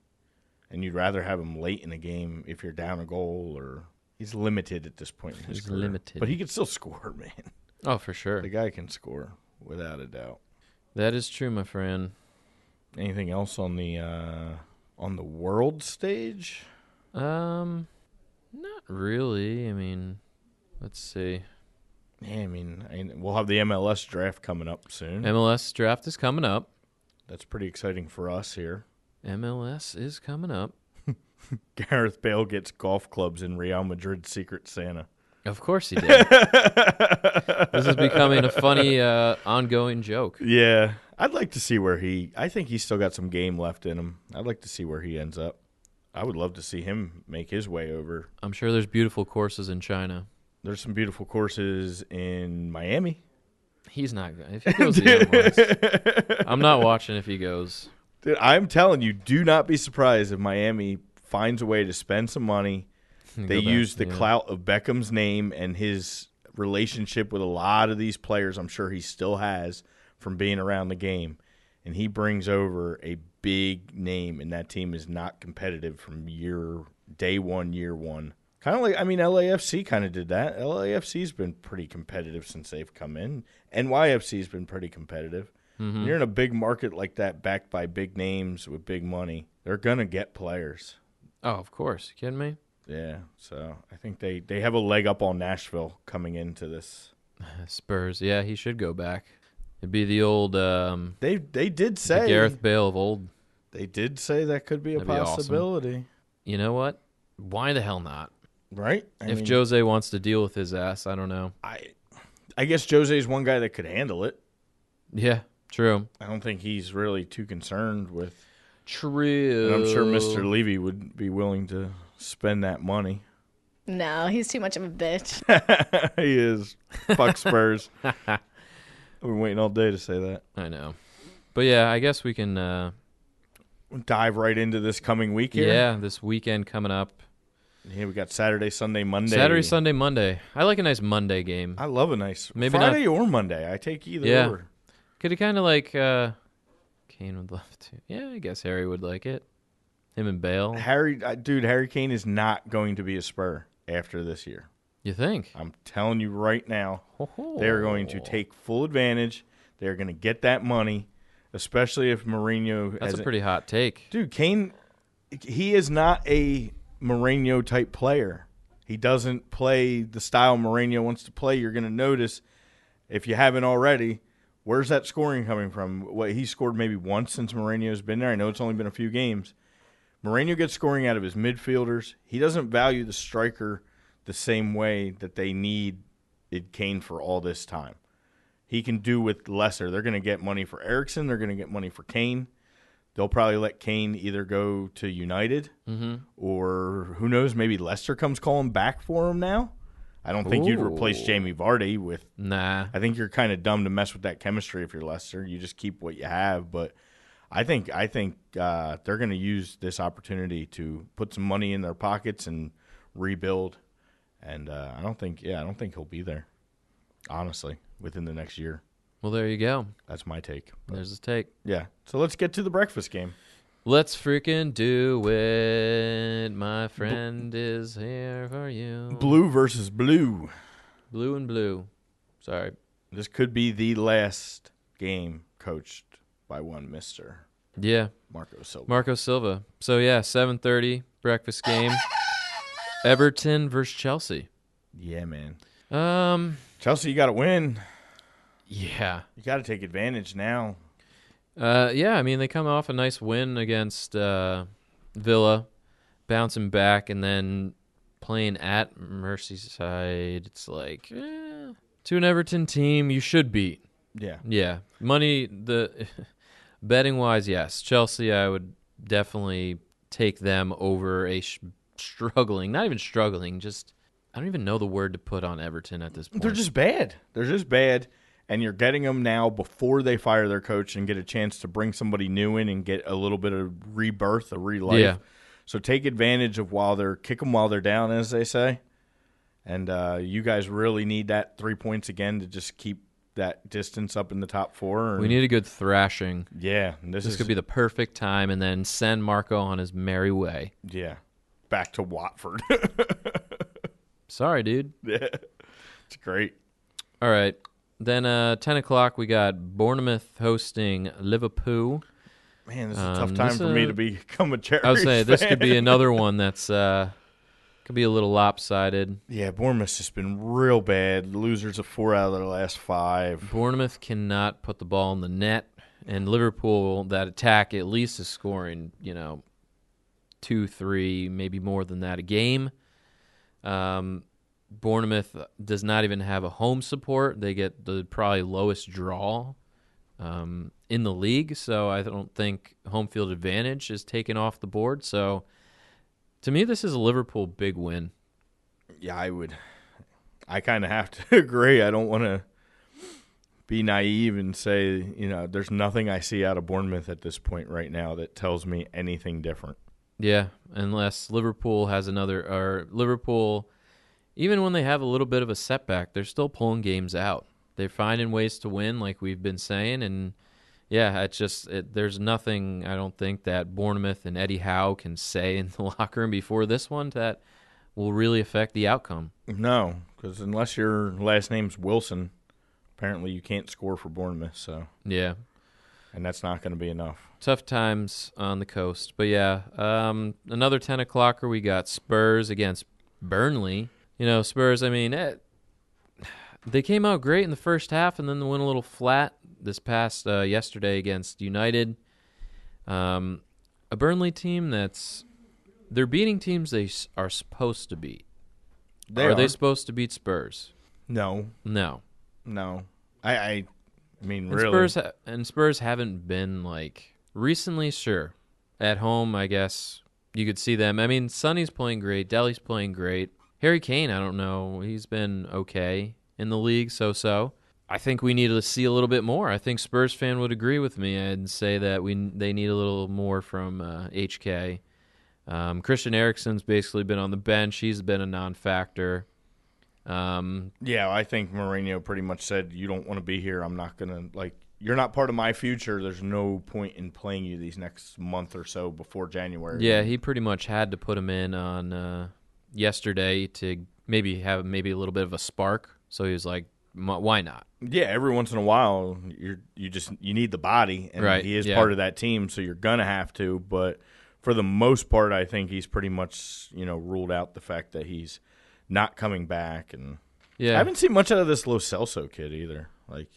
Speaker 3: and you'd rather have him late in a game if you're down a goal or he's limited at this point in his
Speaker 2: He's
Speaker 3: career.
Speaker 2: limited.
Speaker 3: But he can still score, man.
Speaker 2: Oh, for sure.
Speaker 3: The guy can score without a doubt.
Speaker 2: That is true, my friend.
Speaker 3: Anything else on the uh on the world stage?
Speaker 2: Um, not really. I mean, let's see.
Speaker 3: Yeah, I mean, I, we'll have the MLS draft coming up soon.
Speaker 2: MLS draft is coming up.
Speaker 3: That's pretty exciting for us here.
Speaker 2: MLS is coming up.
Speaker 3: Gareth Bale gets golf clubs in Real Madrid Secret Santa.
Speaker 2: Of course he did. this is becoming a funny uh, ongoing joke.
Speaker 3: Yeah, I'd like to see where he. I think he's still got some game left in him. I'd like to see where he ends up. I would love to see him make his way over.
Speaker 2: I'm sure there's beautiful courses in China.
Speaker 3: There's some beautiful courses in Miami.
Speaker 2: He's not. If he goes to MLS, I'm not watching if he goes.
Speaker 3: Dude, I'm telling you, do not be surprised if Miami finds a way to spend some money. They
Speaker 2: Go back,
Speaker 3: use the
Speaker 2: yeah.
Speaker 3: clout of Beckham's name and his relationship with a lot of these players. I'm sure he still has from being around the game, and he brings over a big name, and that team is not competitive from year day one, year one. Kind of like I mean, LAFC kind of did that. LAFC's been pretty competitive since they've come in. NYFC's been pretty competitive.
Speaker 2: Mm-hmm.
Speaker 3: When You're in a big market like that, backed by big names with big money. They're gonna get players.
Speaker 2: Oh, of course. You kidding me?
Speaker 3: Yeah, so I think they they have a leg up on Nashville coming into this.
Speaker 2: Spurs. Yeah, he should go back. It'd be the old um,
Speaker 3: They they did
Speaker 2: the
Speaker 3: say
Speaker 2: Gareth Bale of old.
Speaker 3: they did say that could be a
Speaker 2: That'd be awesome.
Speaker 3: possibility,
Speaker 2: You know what? Why the hell not?
Speaker 3: right? I
Speaker 2: if
Speaker 3: mean,
Speaker 2: Jose wants to deal with his ass, I don't know.
Speaker 3: I I guess Jose's one guy that could handle it.
Speaker 2: Yeah, true.
Speaker 3: I don't think he's really too concerned with.
Speaker 2: True.
Speaker 3: And I'm
Speaker 2: Uh,
Speaker 3: sure Mr. Levy would be willing to spend that money.
Speaker 4: No, he's too much of a bitch.
Speaker 3: he is fuck Spurs. I've been waiting all day to say that.
Speaker 2: I know. But yeah, I guess we can. Uh,
Speaker 3: Dive right into this coming week here.
Speaker 2: yeah, this weekend coming up.
Speaker 3: Here we got Saturday, Sunday, Monday.
Speaker 2: Saturday, Sunday, Monday. I like a nice Monday game.
Speaker 3: I love a nice
Speaker 2: Maybe
Speaker 3: Friday or Monday. I take either
Speaker 2: Yeah.
Speaker 3: or.
Speaker 2: Could it kind of like uh, Kane would love to? Yeah, I guess Harry would like it. Him and Bale.
Speaker 3: Harry, uh, dude, Harry Kane is not going to be a Spur after this year.
Speaker 2: You think?
Speaker 3: I'm telling you right now, they're going
Speaker 2: Oh.
Speaker 3: to take full advantage. They're going to get that money, especially if Mourinho.
Speaker 2: That's a
Speaker 3: hasn't-
Speaker 2: pretty hot take.
Speaker 3: dude. Kane, he is not a Mourinho type player. He doesn't play the style Mourinho wants to play. You're going to notice if you haven't already. Where's that scoring coming from? What he scored maybe once since Mourinho's been there. I know it's only been a few games. Mourinho gets scoring out of his midfielders. He doesn't value the striker the same way that they need it Kane for all this time. he can do with lesser. They're going to get money for Erickson. They're going to get money for Kane. They'll probably let Kane either go to United or who knows, maybe Leicester comes calling back for him now. I don't think you'd replace
Speaker 2: Ooh.
Speaker 3: Jamie Vardy with.
Speaker 2: Nah.
Speaker 3: I think you're kind of dumb to mess with that chemistry if you're Leicester. You just keep what you have, but. I think I think uh, they're going to use this opportunity to put some money in their pockets and rebuild. And uh, I don't think, yeah, I don't think he'll be there. Honestly, within the next year,
Speaker 2: Well, there you go.
Speaker 3: that's my take. But,
Speaker 2: There's his take.
Speaker 3: yeah, so let's get to the breakfast game.
Speaker 2: Let's freaking do it. My friend is here for you.
Speaker 3: Blue versus blue.
Speaker 2: Blue and blue. Sorry.
Speaker 3: This could be the last game coached by one Mister
Speaker 2: Yeah.
Speaker 3: Marco Silva.
Speaker 2: Marco Silva. So yeah, 7:30 breakfast game. Everton versus Chelsea.
Speaker 3: yeah, man.
Speaker 2: Um
Speaker 3: Chelsea, you got to win.
Speaker 2: yeah.
Speaker 3: You got to take advantage now.
Speaker 2: Uh yeah, I mean they come off a nice win against uh Villa, bouncing back and then playing at Merseyside. It's like eh, to an Everton team you should beat.
Speaker 3: Yeah,
Speaker 2: Yeah. Money the betting wise, yes. Chelsea I would definitely take them over a sh- struggling, not even struggling, just I don't even know the word to put on Everton at this point.
Speaker 3: they're just bad. They're just bad, and you're getting them now before they fire their coach and get a chance to bring somebody new in and get a little bit of rebirth, a relife.
Speaker 2: Yeah.
Speaker 3: So take advantage of while they're kick them while they're down, as they say. And uh, you guys really need that three points again to just keep that distance up in the top four. And,
Speaker 2: we need a good thrashing.
Speaker 3: yeah. and This,
Speaker 2: This
Speaker 3: is
Speaker 2: could be the perfect time and then send Marco on his merry way.
Speaker 3: yeah. Back to Watford.
Speaker 2: Sorry, dude.
Speaker 3: it's great.
Speaker 2: All right. Then uh, 10 o'clock, we got Bournemouth hosting Liverpool.
Speaker 3: Man, this is a
Speaker 2: Um,
Speaker 3: tough time
Speaker 2: this,
Speaker 3: for me
Speaker 2: uh,
Speaker 3: to become a Cherry
Speaker 2: I would say this
Speaker 3: fan.
Speaker 2: could be another one that's uh, could be a little lopsided.
Speaker 3: Yeah, Bournemouth's just been real bad. Losers of four out of their last five.
Speaker 2: Bournemouth cannot put the ball in the net, and Liverpool that attack at least is scoring you know two, three, maybe more than that a game. Um, Bournemouth does not even have a home support; they get the probably lowest draw um, in the league. So I don't think home field advantage is taken off the board. So to me, this is a Liverpool big win.
Speaker 3: Yeah, I would. I kind of have to agree. I don't want to be naive and say, you know, there's nothing I see out of Bournemouth at this point right now that tells me anything different.
Speaker 2: Yeah, unless Liverpool has another or Liverpool even when they have a little bit of a setback, they're still pulling games out. They're finding ways to win like we've been saying and yeah, it's just it, there's nothing I don't think that Bournemouth and Eddie Howe can say in the locker room before this one that will really affect the outcome.
Speaker 3: No, because unless your last name's Wilson, apparently you can't score for Bournemouth. So,
Speaker 2: Yeah.
Speaker 3: and that's not going to be enough.
Speaker 2: Tough times on the coast. But yeah, um, another 10 o'clocker, we got Spurs against Burnley. You know, Spurs, I mean, eh, they came out great in the first half and then they went a little flat this past uh, yesterday against United. Um, a Burnley team that's. They're beating teams they s- are supposed to beat. are they supposed to beat Spurs?
Speaker 3: No,
Speaker 2: No.
Speaker 3: no. I, I, I mean,
Speaker 2: And
Speaker 3: really.
Speaker 2: Spurs ha- and Spurs haven't been like recently. Sure, at home, I guess you could see them. I mean, Sonny's playing great. Delhi's playing great. Harry Kane, I don't know. He's been okay in the league, so so. I think we need to see a little bit more. I think Spurs fan would agree with me and say that we they need a little more from uh, HK. Um, Christian Eriksen's basically been on the bench. He's been a non-factor. Um,
Speaker 3: Yeah, I think Mourinho pretty much said, "You don't want to be here. I'm not gonna like. You're not part of my future. There's no point in playing you these next month or so before January."
Speaker 2: Yeah, he pretty much had to put him in on uh, yesterday to maybe have maybe a little bit of a spark. So he was like, "M- "Why not?"
Speaker 3: yeah. Every once in a while, you're you just you need the body, and
Speaker 2: Right,
Speaker 3: he is
Speaker 2: yeah.
Speaker 3: part of that team, so you're gonna have to. But for the most part, I think he's pretty much you know ruled out the fact that he's not coming back, and I
Speaker 2: Yeah,
Speaker 3: haven't seen much out of this Lo Celso kid either. Like,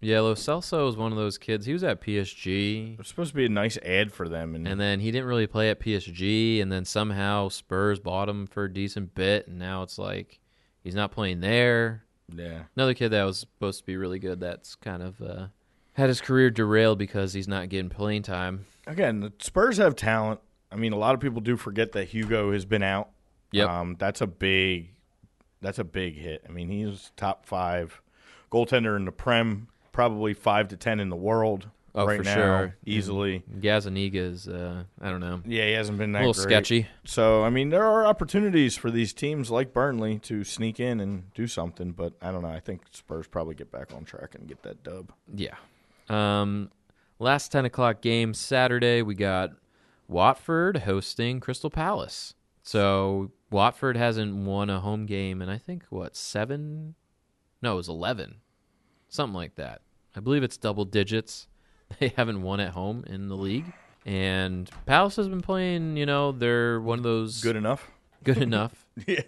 Speaker 2: yeah. Lo Celso is one of those kids. He was at PSG,
Speaker 3: it's supposed to be a nice ad for them, and,
Speaker 2: and then he didn't really play at PSG, and then somehow Spurs bought him for a decent bit, and now it's like he's not playing there.
Speaker 3: Yeah.
Speaker 2: Another kid that was supposed to be really good that's kind of uh, had his career derailed because he's not getting playing time.
Speaker 3: Again, the Spurs have talent. I mean, a lot of people do forget that Hugo has been out.
Speaker 2: Yep.
Speaker 3: Um, that's a big that's a big hit. I mean, he's top five goaltender in the Prem, probably five to ten in the world
Speaker 2: Oh,
Speaker 3: right
Speaker 2: for
Speaker 3: now.
Speaker 2: sure.
Speaker 3: Easily.
Speaker 2: Gazaniga is, uh, I don't know,
Speaker 3: Yeah, he hasn't been that
Speaker 2: a little
Speaker 3: great.
Speaker 2: sketchy.
Speaker 3: So I mean, there are opportunities for these teams like Burnley to sneak in and do something, but I don't know. I think Spurs probably get back on track and get that dub.
Speaker 2: Yeah. Um, last 10 o'clock game Saturday, we got Watford hosting Crystal Palace. So Watford hasn't won a home game in, I think, what, seven? No, it was 11. Something like that. I believe it's double digits. They haven't won at home in the league. And Palace has been playing, you know, they're one of those
Speaker 3: Good enough.
Speaker 2: good enough. yeah.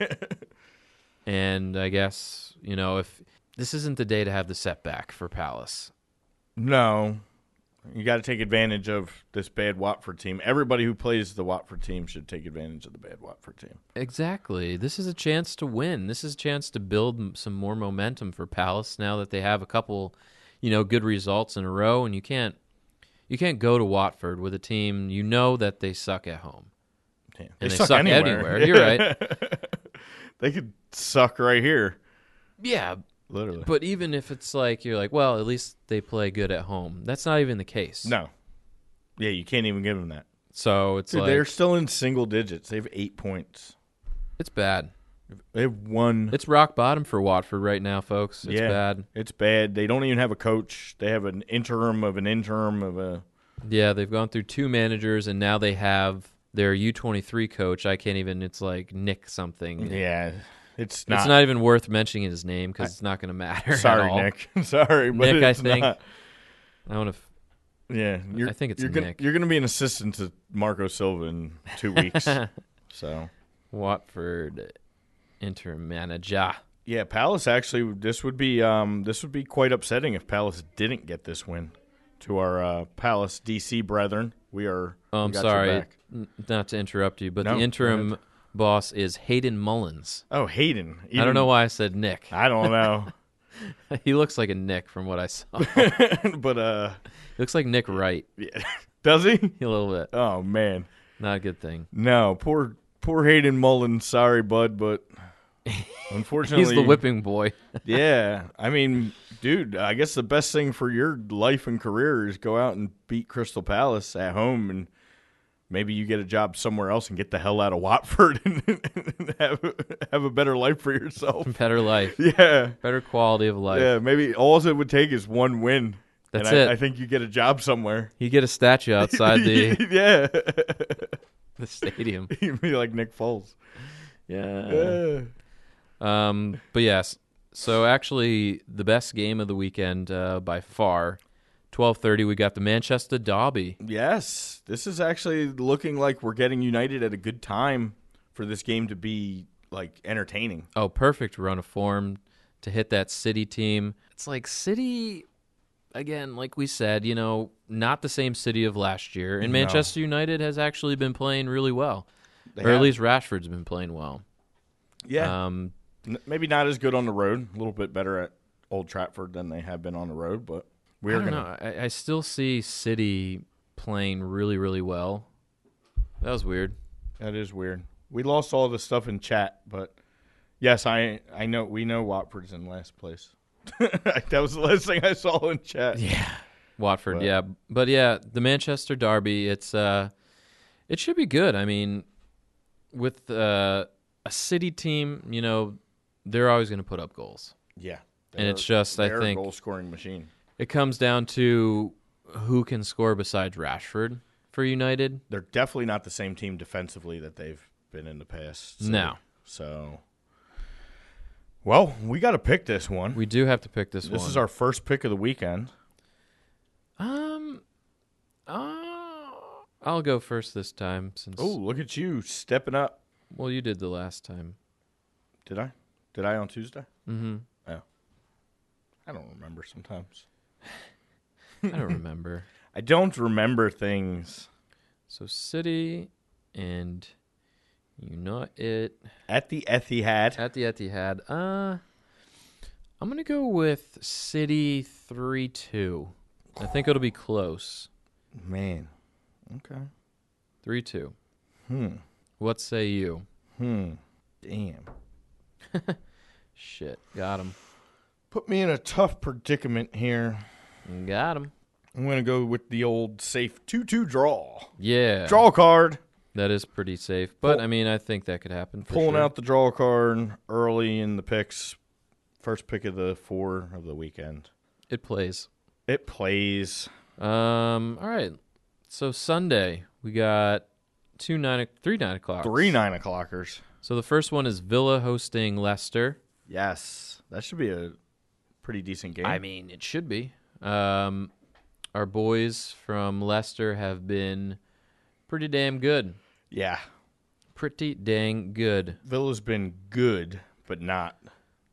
Speaker 2: And I guess, you know, if this isn't the day to have the setback for Palace.
Speaker 3: No, you got to take advantage of this bad Watford team. Everybody who plays the Watford team should take advantage of the bad Watford team.
Speaker 2: Exactly. This is a chance to win. This is a chance to build m- some more momentum for Palace now that they have a couple, you know, good results in a row and you can't you can't go to Watford with a team you know that they suck at home.
Speaker 3: Damn.
Speaker 2: And they suck anywhere. You're right.
Speaker 3: they could suck right here,
Speaker 2: Yeah,
Speaker 3: literally.
Speaker 2: but even if it's like you're like, well, at least they play good at home. That's not even the case.
Speaker 3: no, yeah, you can't even give them that.
Speaker 2: So it's
Speaker 3: Dude,
Speaker 2: like
Speaker 3: they're still in single digits. They have eight points.
Speaker 2: it's bad.
Speaker 3: They have one.
Speaker 2: It's rock bottom for Watford right now, folks. It's
Speaker 3: yeah,
Speaker 2: bad.
Speaker 3: It's bad. They don't even have a coach. They have an interim of an interim of a.
Speaker 2: Yeah, they've gone through two managers and now they have their U23 coach. I can't even it's like Nick something.
Speaker 3: Yeah, it's not.
Speaker 2: It's not even worth mentioning his name because it's not going to matter. at
Speaker 3: sorry,
Speaker 2: all.
Speaker 3: Nick. sorry, but
Speaker 2: Nick, I
Speaker 3: it's
Speaker 2: think.
Speaker 3: not.
Speaker 2: I want to.
Speaker 3: Yeah, you're,
Speaker 2: I think it's
Speaker 3: you're gonna,
Speaker 2: Nick.
Speaker 3: You're going to be an assistant to Marco Silva in two weeks. so
Speaker 2: Watford interim manager.
Speaker 3: yeah, Palace actually this would be um, this would be quite upsetting if Palace didn't get this win. To our uh, Palace DC brethren, we are.
Speaker 2: Oh, I'm
Speaker 3: we got your
Speaker 2: sorry,
Speaker 3: back.
Speaker 2: n- not to interrupt you, but
Speaker 3: No,
Speaker 2: the
Speaker 3: go
Speaker 2: interim boss is Hayden Mullins.
Speaker 3: Oh, Hayden.
Speaker 2: I
Speaker 3: even-
Speaker 2: don't know why I said Nick.
Speaker 3: I don't know,
Speaker 2: he looks like a Nick from what I saw. he
Speaker 3: but uh,
Speaker 2: looks like Nick Wright
Speaker 3: yeah. does he?
Speaker 2: a little bit.
Speaker 3: Oh man.
Speaker 2: Not a good thing.
Speaker 3: No, poor poor Hayden Mullen. Sorry, bud, but unfortunately,
Speaker 2: He's the whipping boy.
Speaker 3: Yeah, I mean, dude, I guess the best thing for your life and career is go out and beat Crystal Palace at home, and maybe you get a job somewhere else and get the hell out of Watford and, have have a better life for yourself.
Speaker 2: Better life,
Speaker 3: Yeah,
Speaker 2: better quality of life.
Speaker 3: yeah. Maybe all it would take is one win.
Speaker 2: That's
Speaker 3: and I,
Speaker 2: it.
Speaker 3: I think you get a job somewhere.
Speaker 2: You get a statue outside the,
Speaker 3: yeah,
Speaker 2: the stadium.
Speaker 3: you'd be like Nick Foles.
Speaker 2: Yeah.
Speaker 3: Yeah.
Speaker 2: Um, but yes, so actually the best game of the weekend uh, by far. Twelve thirty, we got the Manchester Derby.
Speaker 3: Yes, this is actually looking like we're getting United at a good time for this game to be like entertaining.
Speaker 2: Oh, perfect run of form to hit that City team. It's like City again, like we said, you know, not the same City of last year. And Manchester United has actually been playing really well, or at
Speaker 3: have.
Speaker 2: least Rashford's been playing well.
Speaker 3: Yeah,
Speaker 2: Um,
Speaker 3: N- maybe not as good on the road. A little bit better at Old Trafford than they have been on the road, but
Speaker 2: I
Speaker 3: we're
Speaker 2: don't
Speaker 3: gonna.
Speaker 2: know. I, I still see City playing really, really well. That was weird.
Speaker 3: That is weird. We lost all the stuff in chat, but yes, I I know we know Watford's in last place. that was the last thing I saw in chat.
Speaker 2: Watford, yeah, but yeah, the Manchester derby. It's uh, it should be good. I mean, with uh, a city team, you know, they're always going to put up goals.
Speaker 3: yeah.
Speaker 2: And it's just, I
Speaker 3: they're
Speaker 2: think-
Speaker 3: a goal scoring machine.
Speaker 2: It comes down to who can score besides Rashford for United.
Speaker 3: They're definitely not the same team defensively that they've been in the past. so-
Speaker 2: No.
Speaker 3: So, well, we got to pick this one.
Speaker 2: We do have to pick this, one.
Speaker 3: this is our first pick of the weekend.
Speaker 2: um, uh, I'll go first this time since.
Speaker 3: Oh, look at you stepping up.
Speaker 2: well, you did the last time.
Speaker 3: Did I? Did I on Tuesday? Mm-hmm. Oh, I don't remember. Sometimes
Speaker 2: I don't remember.
Speaker 3: I don't remember things.
Speaker 2: So City and United
Speaker 3: At the Etihad,
Speaker 2: at the Etihad. Uh I'm gonna go with City three two. I think it'll be close.
Speaker 3: Man. Okay.
Speaker 2: Three two.
Speaker 3: Hmm.
Speaker 2: What say you?
Speaker 3: Hmm. Damn.
Speaker 2: Shit, got him.
Speaker 3: Put me in a tough predicament here.
Speaker 2: Got him.
Speaker 3: I'm going to go with the old safe 2 2 draw.
Speaker 2: Yeah,
Speaker 3: Draw card.
Speaker 2: that is pretty safe. But I mean, I think that could happen. For
Speaker 3: Pulling
Speaker 2: sure.
Speaker 3: out the draw card early in the picks. First pick of the four of the weekend.
Speaker 2: it plays.
Speaker 3: It plays.
Speaker 2: Um. All right. So Sunday we got two nine o- three nine o'clock.
Speaker 3: Three nine o'clockers.
Speaker 2: So the first one is Villa hosting Leicester.
Speaker 3: Yes. That should be a pretty decent game.
Speaker 2: I mean, it should be. Um, our boys from Leicester have been pretty damn good.
Speaker 3: yeah.
Speaker 2: Pretty dang good.
Speaker 3: Villa's been good, but not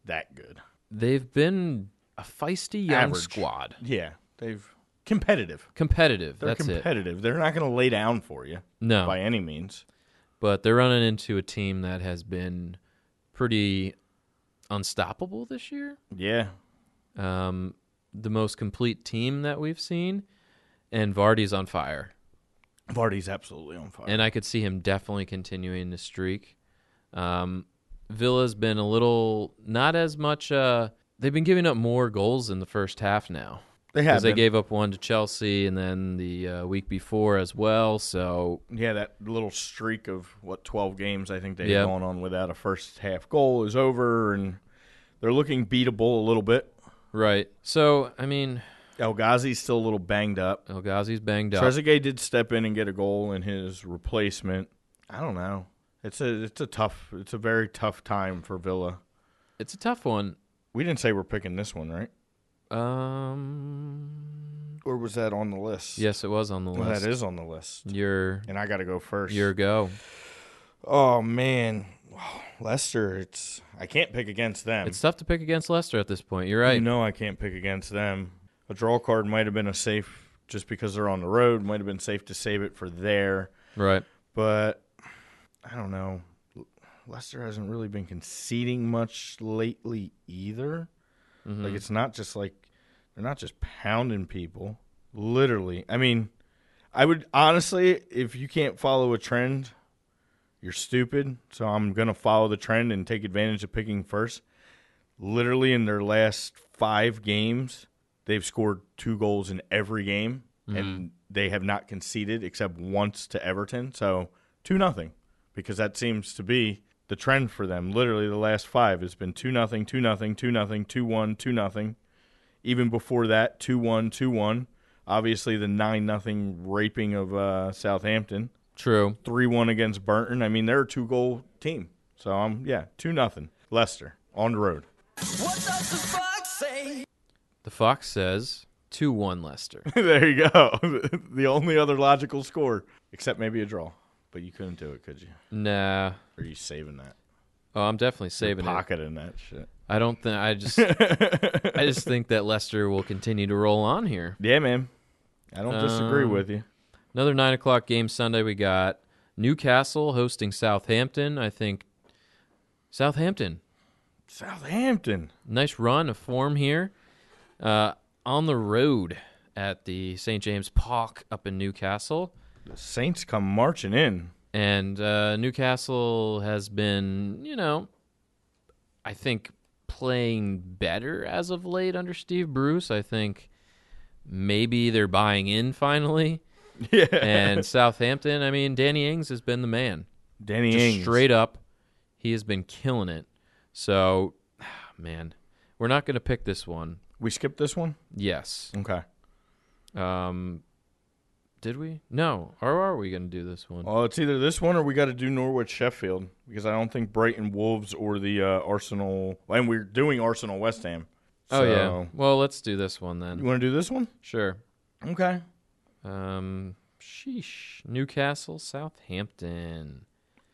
Speaker 3: that good.
Speaker 2: They've been a feisty young
Speaker 3: Average.
Speaker 2: squad.
Speaker 3: Yeah. They've competitive.
Speaker 2: Competitive.
Speaker 3: They're
Speaker 2: that's it.
Speaker 3: competitive. They're not going to lay down for you
Speaker 2: No.
Speaker 3: by any means.
Speaker 2: But they're running into a team that has been pretty unstoppable this year.
Speaker 3: Yeah.
Speaker 2: Um, the most complete team that we've seen. And Vardy's on fire.
Speaker 3: Vardy's absolutely on fire.
Speaker 2: and I could see him definitely continuing the streak. Um, Villa's been a little not as much. Uh, they've been giving up more goals in the first half now
Speaker 3: they
Speaker 2: because
Speaker 3: have.
Speaker 2: they
Speaker 3: been.
Speaker 2: gave up one to Chelsea and then the uh, week before as well. So
Speaker 3: yeah, that little streak of what 12 games I think they've
Speaker 2: Yeah.
Speaker 3: gone on without a first half goal is over and they're looking beatable a little bit.
Speaker 2: right, so I mean,
Speaker 3: El Ghazi's still a little banged up.
Speaker 2: El Ghazi's banged up.
Speaker 3: Trezeguet did step in and get a goal in his replacement. I don't know. It's a it's a tough it's a very tough time for Villa.
Speaker 2: It's a tough one.
Speaker 3: We didn't say we're picking this one, right?
Speaker 2: Um,
Speaker 3: Or was that on the list?
Speaker 2: yes, it was on the
Speaker 3: Well,
Speaker 2: list.
Speaker 3: that is on the list.
Speaker 2: your
Speaker 3: And I got to go first.
Speaker 2: your go.
Speaker 3: Oh man, Lester, it's I can't pick against them.
Speaker 2: It's tough to pick against Leicester at this point. You're right.
Speaker 3: No, I can't pick against them. A draw card might have been a safe just because they're on the road. Might have been safe to save it for there,
Speaker 2: Right.
Speaker 3: but I don't know. Lester hasn't really been conceding much lately either. Like it's not just like they're not just pounding people. Literally, I mean, I would honestly, if you can't follow a trend, you're stupid. So I'm gonna follow the trend and take advantage of picking first. Literally, in their last five games, they've scored two goals in every game, and they have not conceded except once to Everton. So two nothing, because that seems to be the trend for them. Literally, the last five has been two nothing, two nothing, two nothing, two one, two nothing. Even before that, two one, two one. Obviously, the nine nothing raping of uh, Southampton
Speaker 2: True.
Speaker 3: three one against Burton. I mean, they're a two goal team. So um, yeah, two nothing. Leicester on the road.
Speaker 1: What does the fox say?
Speaker 2: The Fox says two one Leicester.
Speaker 3: there you go. the only other logical score, except maybe a draw. But you couldn't do it, could you?
Speaker 2: Nah.
Speaker 3: Or are you saving that?
Speaker 2: Oh, I'm definitely saving it.
Speaker 3: Pocketing that shit.
Speaker 2: I don't think I just I just think that Leicester will continue to roll on here.
Speaker 3: Yeah, man. I don't disagree
Speaker 2: Um,
Speaker 3: with you.
Speaker 2: Another nine o'clock game Sunday. We got Newcastle hosting Southampton. I think Southampton.
Speaker 3: Southampton.
Speaker 2: Nice run of form here uh, on the road at the St James Park up in Newcastle.
Speaker 3: The Saints come marching in.
Speaker 2: And uh, Newcastle has been, you know, I think playing better as of late under Steve Bruce. I think maybe they're buying in finally.
Speaker 3: Yeah.
Speaker 2: And Southampton, I mean, Danny Ings has been the man.
Speaker 3: Danny
Speaker 2: Just
Speaker 3: Ings.
Speaker 2: straight up, he has been killing it. So, ah, man, we're not going to pick this one.
Speaker 3: We skipped this one.
Speaker 2: Yes.
Speaker 3: Okay.
Speaker 2: Um, did we? No. Or are we going to do this one?
Speaker 3: Oh, it's either this one or we got to do Norwich Sheffield because I don't think Brighton Wolves or the uh, Arsenal. And we're doing Arsenal West Ham.
Speaker 2: oh, yeah.
Speaker 3: So-
Speaker 2: Well, let's do this one
Speaker 3: You
Speaker 2: then.
Speaker 3: want to do this one?
Speaker 2: Sure.
Speaker 3: Okay.
Speaker 2: Um, sheesh. Newcastle, Southampton.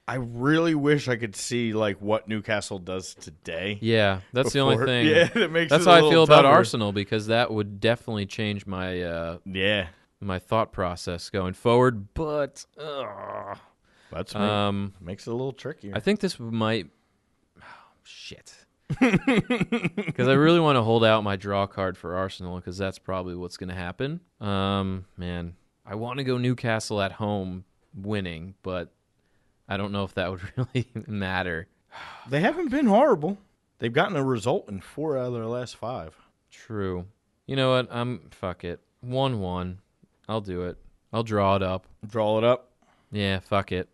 Speaker 3: I really wish I could see like what Newcastle does today.
Speaker 2: Yeah, that's the only
Speaker 3: before-
Speaker 2: thing.
Speaker 3: Yeah, that makes
Speaker 2: that's
Speaker 3: it
Speaker 2: how
Speaker 3: a
Speaker 2: I
Speaker 3: little
Speaker 2: feel about
Speaker 3: tougher.
Speaker 2: Arsenal because that would definitely change my uh,
Speaker 3: Yeah,
Speaker 2: my thought process going forward. But ugh.
Speaker 3: that's me.
Speaker 2: um,
Speaker 3: makes it a little trickier.
Speaker 2: I think this might. Oh, shit. because I really want to hold out my draw card for Arsenal because that's probably what's going to happen. Um, man, I want to go Newcastle at home winning, but I don't know if that would really matter.
Speaker 3: They haven't been horrible. They've gotten a result in four out of their last five.
Speaker 2: True. You know what? I'm fuck it. One one. I'll do it. I'll draw it up.
Speaker 3: Draw it up,
Speaker 2: Yeah, fuck it.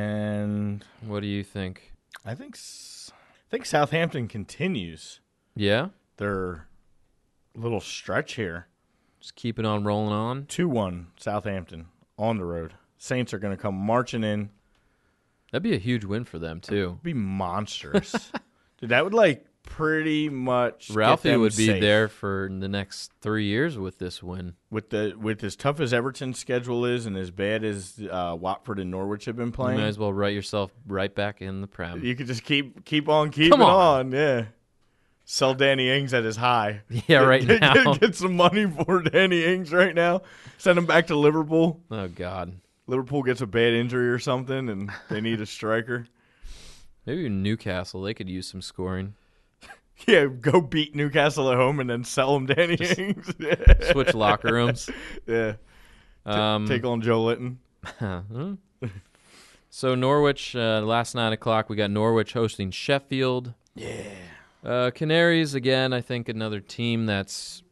Speaker 3: and
Speaker 2: What do you think?
Speaker 3: I think s- I think Southampton continues
Speaker 2: Yeah,
Speaker 3: their little stretch here.
Speaker 2: just keep it on rolling on.
Speaker 3: Two one Southampton on the road. Saints are going to come marching in.
Speaker 2: That'd be a huge win for them too.
Speaker 3: Be monstrous. Dude, that would like pretty much get
Speaker 2: Ralphie
Speaker 3: them
Speaker 2: would be
Speaker 3: safe.
Speaker 2: there for the next three years with this win.
Speaker 3: with the with as tough as Everton's schedule is, and as bad as uh, Watford and Norwich have been
Speaker 2: You
Speaker 3: playing.
Speaker 2: might as well write yourself right back in the prem.
Speaker 3: You could just keep keep on keeping
Speaker 2: Come on.
Speaker 3: on. yeah. Sell Danny Ings at his high.
Speaker 2: Yeah, right
Speaker 3: Get- get-
Speaker 2: now.
Speaker 3: Get, some money for Danny Ings right now. Send him back to Liverpool.
Speaker 2: Oh God.
Speaker 3: Liverpool gets a bad injury or something, and they need a striker.
Speaker 2: Maybe Newcastle. They could use some scoring.
Speaker 3: Yeah, go beat Newcastle at home and then sell him Danny Ings. yeah.
Speaker 2: Switch locker rooms.
Speaker 3: Yeah.
Speaker 2: Um,
Speaker 3: Take on Joe Litton.
Speaker 2: Hmm. so Norwich uh, last nine o'clock. We got Norwich hosting Sheffield. Yeah. Uh, Canaries again. I think another team that's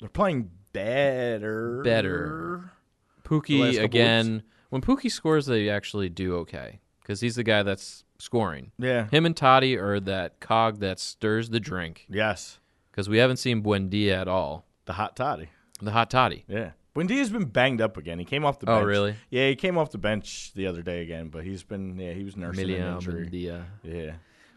Speaker 3: They're playing better.
Speaker 2: Better.
Speaker 3: The last
Speaker 2: Pookie
Speaker 3: couple
Speaker 2: again. When Pookie scores, they actually do okay because he's the guy that's scoring.
Speaker 3: Yeah.
Speaker 2: Him and Toddy are that cog that stirs the drink
Speaker 3: Yes.
Speaker 2: because we haven't seen Buendia at all.
Speaker 3: The hot toddy.
Speaker 2: The hot Toddy.
Speaker 3: Yeah. Buendia's been banged up again. He came off the
Speaker 2: Oh,
Speaker 3: bench.
Speaker 2: really?
Speaker 3: Yeah, he came off the bench the other day again, but he's been yeah, he was nursing an
Speaker 2: Emiliano
Speaker 3: injury.
Speaker 2: Buendia.
Speaker 3: Yeah.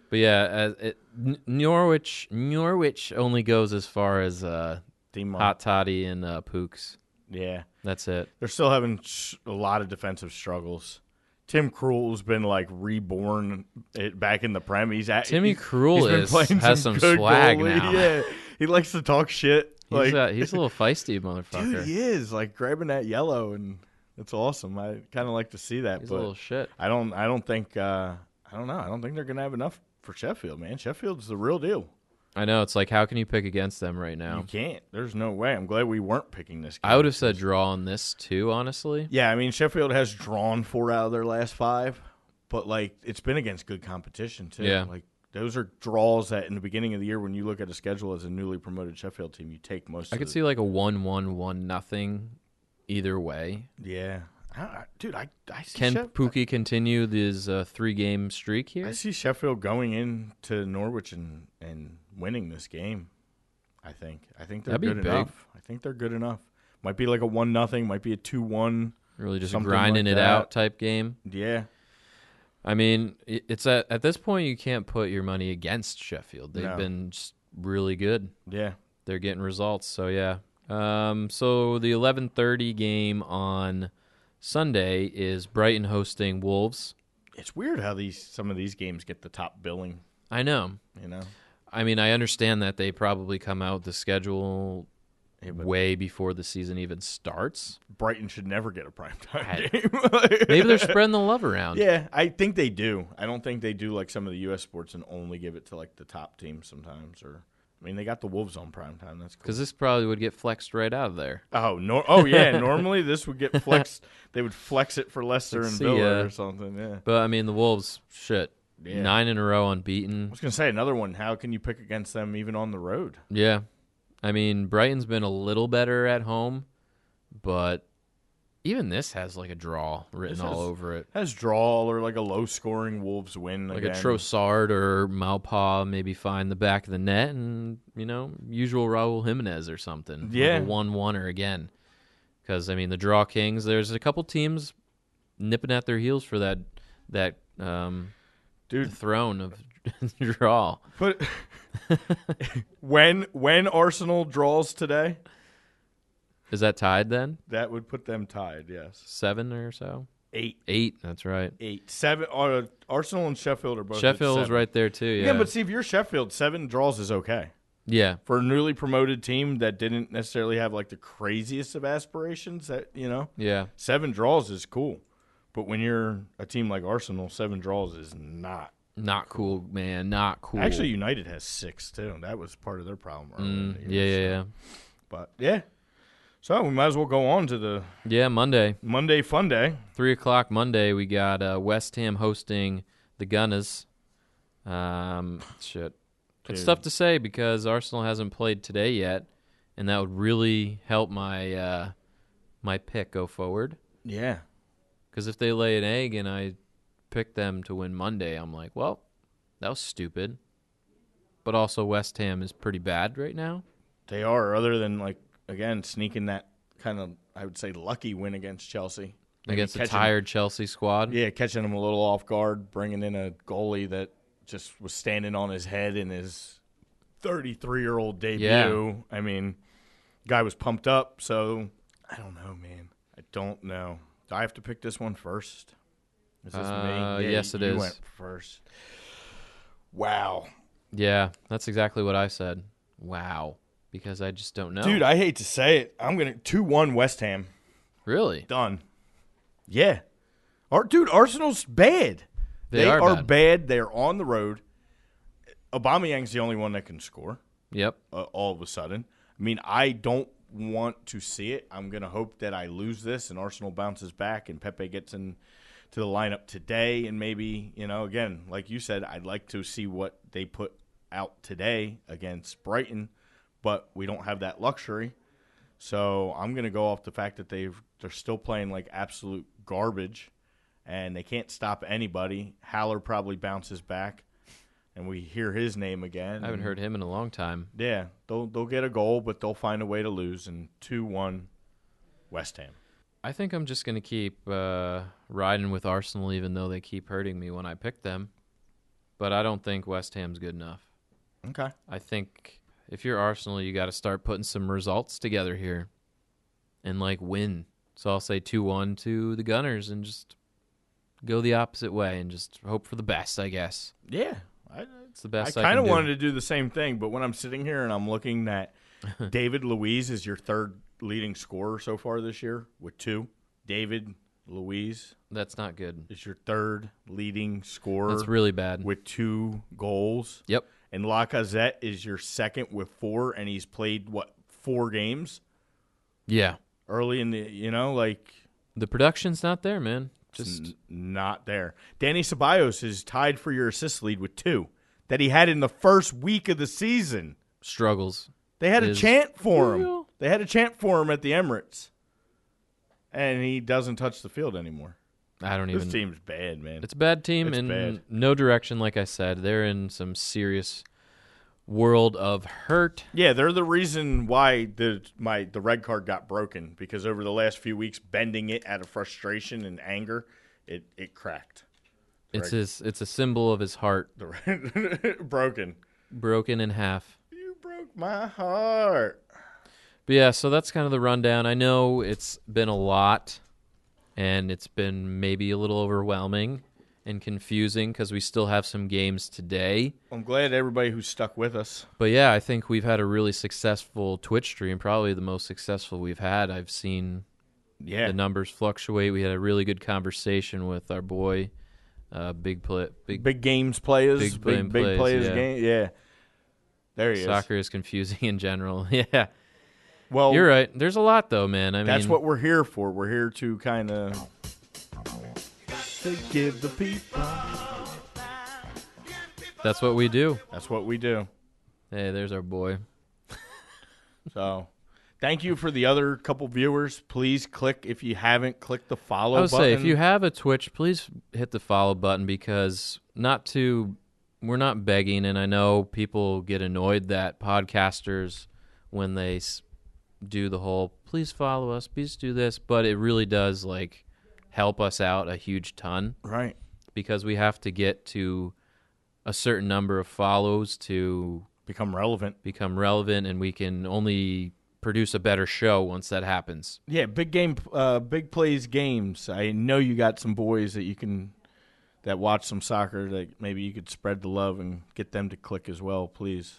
Speaker 2: But yeah, uh, it, N- Norwich Norwich only goes as far as uh,
Speaker 3: Team on-
Speaker 2: Hot Toddy and uh, Pooks.
Speaker 3: Yeah.
Speaker 2: That's it.
Speaker 3: They're still having sh- a lot of defensive struggles. Tim Krul's been like reborn it, back in the prem. He's at
Speaker 2: Timmy
Speaker 3: he's-
Speaker 2: Krul
Speaker 3: he's been
Speaker 2: is-
Speaker 3: playing
Speaker 2: has some
Speaker 3: good
Speaker 2: swag
Speaker 3: goalie.
Speaker 2: now.
Speaker 3: Yeah. He likes to talk shit.
Speaker 2: He's,
Speaker 3: like
Speaker 2: uh, he's a little feisty motherfucker.
Speaker 3: dude, he is like grabbing that yellow and it's awesome. I kind of like to see that,
Speaker 2: he's a
Speaker 3: but
Speaker 2: little shit.
Speaker 3: I don't I don't think uh, I don't know. I don't think they're going to have enough for Sheffield, man. Sheffield's the real deal.
Speaker 2: I know. It's like, how can you pick against them right now?
Speaker 3: You can't. There's no way. I'm glad we weren't picking this game.
Speaker 2: I would have said draw on this too, honestly.
Speaker 3: Yeah, I mean Sheffield has drawn four out of their last five, but like it's been against good competition too.
Speaker 2: Yeah.
Speaker 3: Like those are draws that in the beginning of the year when you look at a schedule as a newly promoted Sheffield team, you take most
Speaker 2: I
Speaker 3: of
Speaker 2: could
Speaker 3: the-
Speaker 2: see like a one-one-one nothing either way.
Speaker 3: Yeah. I, I- dude, I I see
Speaker 2: Can
Speaker 3: Sheff-
Speaker 2: Pookie continue this uh, three game streak
Speaker 3: I
Speaker 2: here?
Speaker 3: see Sheffield going into Norwich and, and winning this game. I think. I think they're
Speaker 2: That'd be
Speaker 3: good
Speaker 2: big.
Speaker 3: enough. I think they're good enough. Might be like a one nothing, might be a two one.
Speaker 2: Really just a
Speaker 3: Something
Speaker 2: grinding
Speaker 3: like
Speaker 2: it
Speaker 3: that.
Speaker 2: out type game.
Speaker 3: Yeah.
Speaker 2: I mean, i- it's at, at this point you can't put your money against Sheffield. They've
Speaker 3: No.
Speaker 2: been just really good.
Speaker 3: Yeah.
Speaker 2: They're getting results, so yeah. Um, so the 11:30 game on Sunday is Brighton hosting Wolves.
Speaker 3: It's weird how these some of these games get the top billing,
Speaker 2: I know.
Speaker 3: you know.
Speaker 2: I mean, I understand that they probably come out with the schedule
Speaker 3: Yeah, but-
Speaker 2: way before the season even starts.
Speaker 3: Brighton should never get a primetime
Speaker 2: I-
Speaker 3: game.
Speaker 2: Maybe they're spreading the love around.
Speaker 3: yeah, I think they do. I don't think they do like some of the U.S. sports and only give it to like the top teams sometimes. Or I mean, they got the Wolves on primetime. That's cool.
Speaker 2: Because this probably would get flexed right out of there.
Speaker 3: Oh no! Oh yeah. normally this would get flexed. They would flex it for Leicester
Speaker 2: Like,
Speaker 3: and
Speaker 2: see uh,
Speaker 3: Villa
Speaker 2: ya.
Speaker 3: or something. Yeah. I
Speaker 2: But I mean, the Wolves, shit,
Speaker 3: Yeah.
Speaker 2: nine in a row unbeaten.
Speaker 3: was gonna say another one. How can you pick against them even on the road?
Speaker 2: Yeah, I mean, Brighton's been a little better at home, but even this has like a draw written
Speaker 3: This
Speaker 2: all
Speaker 3: has-
Speaker 2: over it,
Speaker 3: Has draw or like a low scoring Wolves win.
Speaker 2: like a
Speaker 3: again.
Speaker 2: Trossard or Malpa maybe find the back of the net, and you know, usual Raul Jimenez or something. Like a
Speaker 3: Yeah.
Speaker 2: one-oneer again. Because I mean, the draw kings. There's a couple teams nipping at their heels for that that um,
Speaker 3: Dude.
Speaker 2: throne of draw.
Speaker 3: Put when when Arsenal draws today,
Speaker 2: Is that tied then?
Speaker 3: that would put them tied. Yes.
Speaker 2: Seven or so?
Speaker 3: eight,
Speaker 2: Eight. That's right.
Speaker 3: eight, seven. Or Arsenal and Sheffield are both. at
Speaker 2: Sheffield's
Speaker 3: seven.
Speaker 2: right there too. Yeah.
Speaker 3: Yeah. but see, if you're Sheffield, seven draws is okay
Speaker 2: yeah.
Speaker 3: for a newly promoted team that didn't necessarily have like the craziest of aspirations. That you know,
Speaker 2: Yeah.
Speaker 3: seven draws is cool, but when you're a team like Arsenal, seven draws is not.
Speaker 2: Not cool, man. Not cool.
Speaker 3: Actually, United has six too. That was part of their problem. earlier in
Speaker 2: Mm,
Speaker 3: the
Speaker 2: yeah,
Speaker 3: year,
Speaker 2: yeah,
Speaker 3: so-
Speaker 2: yeah.
Speaker 3: But yeah, so we might as well go on to the
Speaker 2: Yeah, Monday,
Speaker 3: Monday Fun Day.
Speaker 2: three o'clock Monday, we got uh, West Ham hosting the Gunners. Um, shit, it's
Speaker 3: Dude.
Speaker 2: tough to say because Arsenal hasn't played today yet, and that would really help my uh, my pick go forward.
Speaker 3: Yeah,
Speaker 2: Because if they lay an egg and I pick them to win Monday, I'm like, well, that was stupid. But also, West Ham is pretty bad right now.
Speaker 3: they are. Other than like again sneaking that kind of I would say lucky win against Chelsea Maybe
Speaker 2: against a
Speaker 3: catching-
Speaker 2: tired Chelsea squad.
Speaker 3: Yeah, catching them a little off guard, bringing in a goalie that just was standing on his head in his 33 year old debut. I mean, guy was pumped up. So I don't know, man. I don't know. Do I have to pick this one first? Is this
Speaker 2: Uh,
Speaker 3: me?
Speaker 2: yes,
Speaker 3: you,
Speaker 2: it
Speaker 3: you
Speaker 2: is.
Speaker 3: Went first. Wow,
Speaker 2: Yeah, that's exactly what I said. Wow. Because I just don't know.
Speaker 3: dude, I hate to say it. I'm gonna two one West Ham.
Speaker 2: really?
Speaker 3: Done. Yeah. Our, dude, Arsenal's bad.
Speaker 2: They are bad.
Speaker 3: They're on the road. Aubameyang's the only one that can score
Speaker 2: Yep.
Speaker 3: uh, all of a sudden. I mean, I don't want to see it. I'm going to hope that I lose this and Arsenal bounces back and Pepe gets in to the lineup today and maybe, you know, again, like you said, I'd like to see what they put out today against Brighton, but we don't have that luxury. So, I'm going to go off the fact that they've they're still playing like absolute garbage and they can't stop anybody. Haller probably bounces back and we hear his name again.
Speaker 2: I haven't
Speaker 3: and-
Speaker 2: heard him in a long time.
Speaker 3: yeah, they'll they'll get a goal, but they'll find a way to lose. And two one, West Ham.
Speaker 2: I think I'm just going to keep uh, riding with Arsenal, even though they keep hurting me when I pick them. But I don't think West Ham's good enough.
Speaker 3: Okay.
Speaker 2: I think if you're Arsenal, you got to start putting some results together here and like win. So I'll say 2 1 to the Gunners and just go the opposite way and just hope for the best, I guess.
Speaker 3: Yeah, I,
Speaker 2: It's the
Speaker 3: I
Speaker 2: best I,
Speaker 3: kind of
Speaker 2: can do.
Speaker 3: wanted to do the same thing, but when I'm sitting here and I'm looking that David Louise is your third leading scorer so far this year with two. David Louise
Speaker 2: That's not good.
Speaker 3: is your third leading scorer
Speaker 2: That's really bad.
Speaker 3: with two goals,
Speaker 2: Yep.
Speaker 3: and Lacazette is your second with four, and he's played what four games
Speaker 2: Yeah.
Speaker 3: early in the you know like
Speaker 2: The production's not there, man. Just
Speaker 3: N- not there. Danny Ceballos is tied for your assist lead with two that he had in the first week of the season.
Speaker 2: struggles.
Speaker 3: They had a
Speaker 2: Is
Speaker 3: chant for him.
Speaker 2: real.
Speaker 3: They had a chant for him at the Emirates, and he doesn't touch the field anymore.
Speaker 2: I don't
Speaker 3: This
Speaker 2: even.
Speaker 3: team's bad, man.
Speaker 2: It's a bad team
Speaker 3: It's
Speaker 2: in
Speaker 3: bad.
Speaker 2: no direction. Like I said, they're in some serious world of hurt.
Speaker 3: yeah, they're the reason why the my the red card got broken because over the last few weeks, bending it out of frustration and anger, it it cracked.
Speaker 2: It's his. It's a symbol of his heart
Speaker 3: The red, broken.
Speaker 2: broken in half.
Speaker 3: You broke my heart.
Speaker 2: But yeah, so that's kind of the rundown. I know it's been a lot and it's been maybe a little overwhelming and confusing because we still have some games today.
Speaker 3: I'm glad everybody who stuck with us.
Speaker 2: But yeah, I think we've had a really successful Twitch stream, probably the most successful we've had. I've seen
Speaker 3: Yeah.
Speaker 2: the numbers fluctuate. We had a really good conversation with our boy, uh, Big Play, Big,
Speaker 3: big games players,
Speaker 2: Big
Speaker 3: big
Speaker 2: play and
Speaker 3: big, players,
Speaker 2: plays, yeah.
Speaker 3: game. Yeah, there he
Speaker 2: Soccer is confusing in general. yeah,
Speaker 3: is. Well,
Speaker 2: you're right. There's a lot though, man. I
Speaker 3: Oh. that's
Speaker 2: mean,
Speaker 3: what we're here for. We're here to kind of to give the people.
Speaker 2: that's what we do.
Speaker 3: That's what we do.
Speaker 2: Hey, there's our boy.
Speaker 3: So, thank you for the other couple viewers. Please click if you haven't click the follow
Speaker 2: I would
Speaker 3: button.
Speaker 2: say if you have a Twitch, please hit the follow button because not to we're not begging, and I know people get annoyed that podcasters when they s- do the whole please follow us, please do this, but it really does like help us out a huge ton
Speaker 3: right,
Speaker 2: because we have to get to a certain number of follows to
Speaker 3: become relevant.
Speaker 2: become relevant, and we can only produce a better show once that happens.
Speaker 3: Yeah, big game, uh, big plays games. I know you got some boys that you can that watch some soccer that maybe you could spread the love and get them to click as well, please.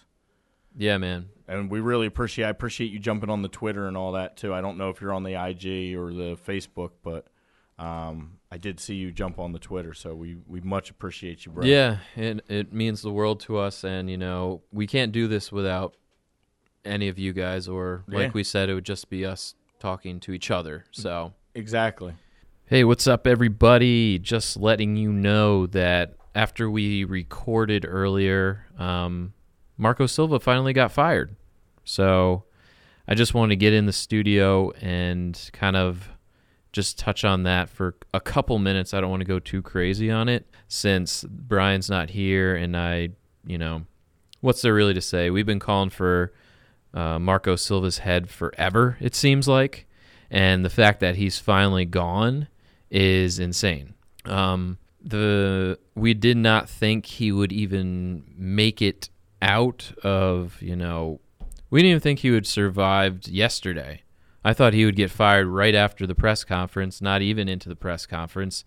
Speaker 2: Yeah, man.
Speaker 3: And we really appreciate I appreciate you jumping on the Twitter and all that too. I don't know if you're on the IG or the Facebook, but Um, I did see you jump on the Twitter, so we, we much appreciate you, bro.
Speaker 2: Yeah, it it means the world to us, and you know we can't do this without any of you guys, or like
Speaker 3: Yeah.
Speaker 2: we said, it would just be us talking to each other. So.
Speaker 3: exactly.
Speaker 2: Mm-hmm. Hey, what's up, everybody? Just letting you know that after we recorded earlier, um, Marco Silva finally got fired. So I just wanted to get in the studio and kind of just touch on that for a couple minutes. I don't want to go too crazy on it since Brian's not here, and I, you know, what's there really to say? We've been calling for uh, Marco Silva's head forever, it seems like. And the fact that he's finally gone is insane. Um, the we did not think he would even make it out of you know we didn't even think he would survived yesterday. I thought he would get fired right after the press conference, not even into the press conference,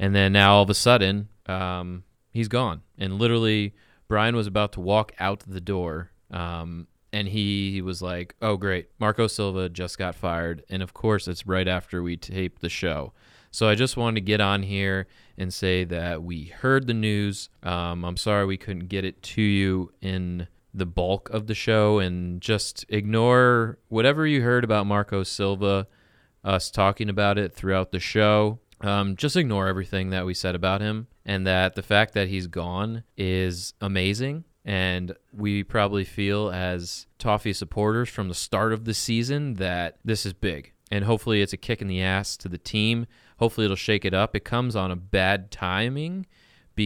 Speaker 2: and then now all of a sudden um, he's gone. And literally, Brian was about to walk out the door, um, and he, he was like, "Oh great, Marco Silva just got fired," and of course it's right after we taped the show. So I just wanted to get on here and say that we heard the news. Um, I'm sorry we couldn't get it to you in the bulk of the show, and just ignore whatever you heard about Marco Silva, us talking about it throughout the show. Um, just ignore everything that we said about him, and that the fact that he's gone is amazing. And we probably feel as Toffee supporters from the start of the season that this is big. And hopefully it's a kick in the ass to the team. Hopefully it'll shake it up. It comes on a bad timing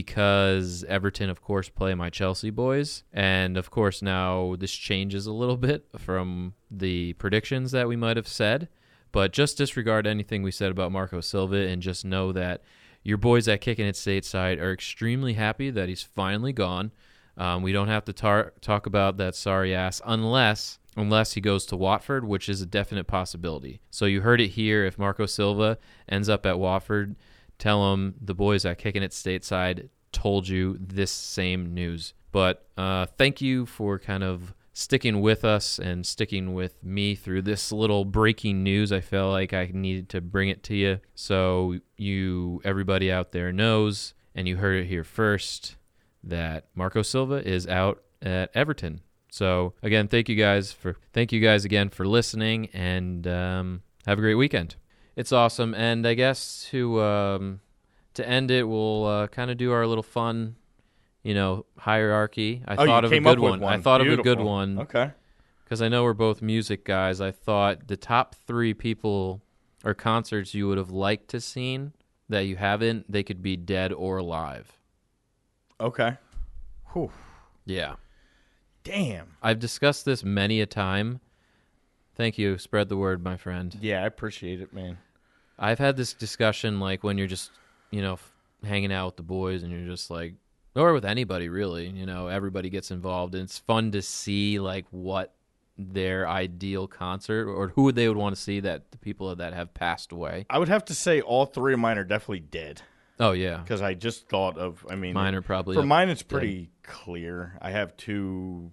Speaker 2: because Everton, of course, play my Chelsea boys. And of course, now this changes a little bit from the predictions that we might have said. But just disregard anything we said about Marco Silva and just know that your boys at Kicking It Stateside are extremely happy that he's finally gone. Um, we don't have to tar- talk about that sorry ass unless unless he goes to Watford, which is a definite possibility. So you heard it here. If Marco Silva ends up at Watford, tell him the boys at Kicking It Stateside told you this same news. But uh, thank you for kind of sticking with us and sticking with me through this little breaking news. I felt like I needed to bring it to you. So you, everybody out there knows, and you heard it here first that Marco Silva is out at Everton. So again, thank you guys for thank you guys again for listening, and um, have a great weekend. It's awesome, and I guess to um, to end it, we'll uh, kind of do our little fun, you know, hierarchy. I
Speaker 3: Oh, you
Speaker 2: thought of a
Speaker 3: came
Speaker 2: good
Speaker 3: up with
Speaker 2: one. I thought of a good
Speaker 3: Beautiful.
Speaker 2: one
Speaker 3: Okay.
Speaker 2: because I know we're both music guys. I thought the top three people or concerts you would have liked to seen that you haven't, they could be dead or alive.
Speaker 3: Okay. Whew.
Speaker 2: Yeah.
Speaker 3: Damn.
Speaker 2: I've discussed this many a time. Thank you. Spread the word, my friend.
Speaker 3: Yeah, I appreciate it, man.
Speaker 2: I've had this discussion like when you're just, you know, f- hanging out with the boys and you're just like, or with anybody really, you know, everybody gets involved and it's fun to see like what their ideal concert or who they would want to see that the people that have passed away.
Speaker 3: I would have to say all three of mine are definitely dead
Speaker 2: Oh, yeah.
Speaker 3: because I just thought of. I mean,
Speaker 2: Mine are probably.
Speaker 3: for mine it's pretty clear. I have two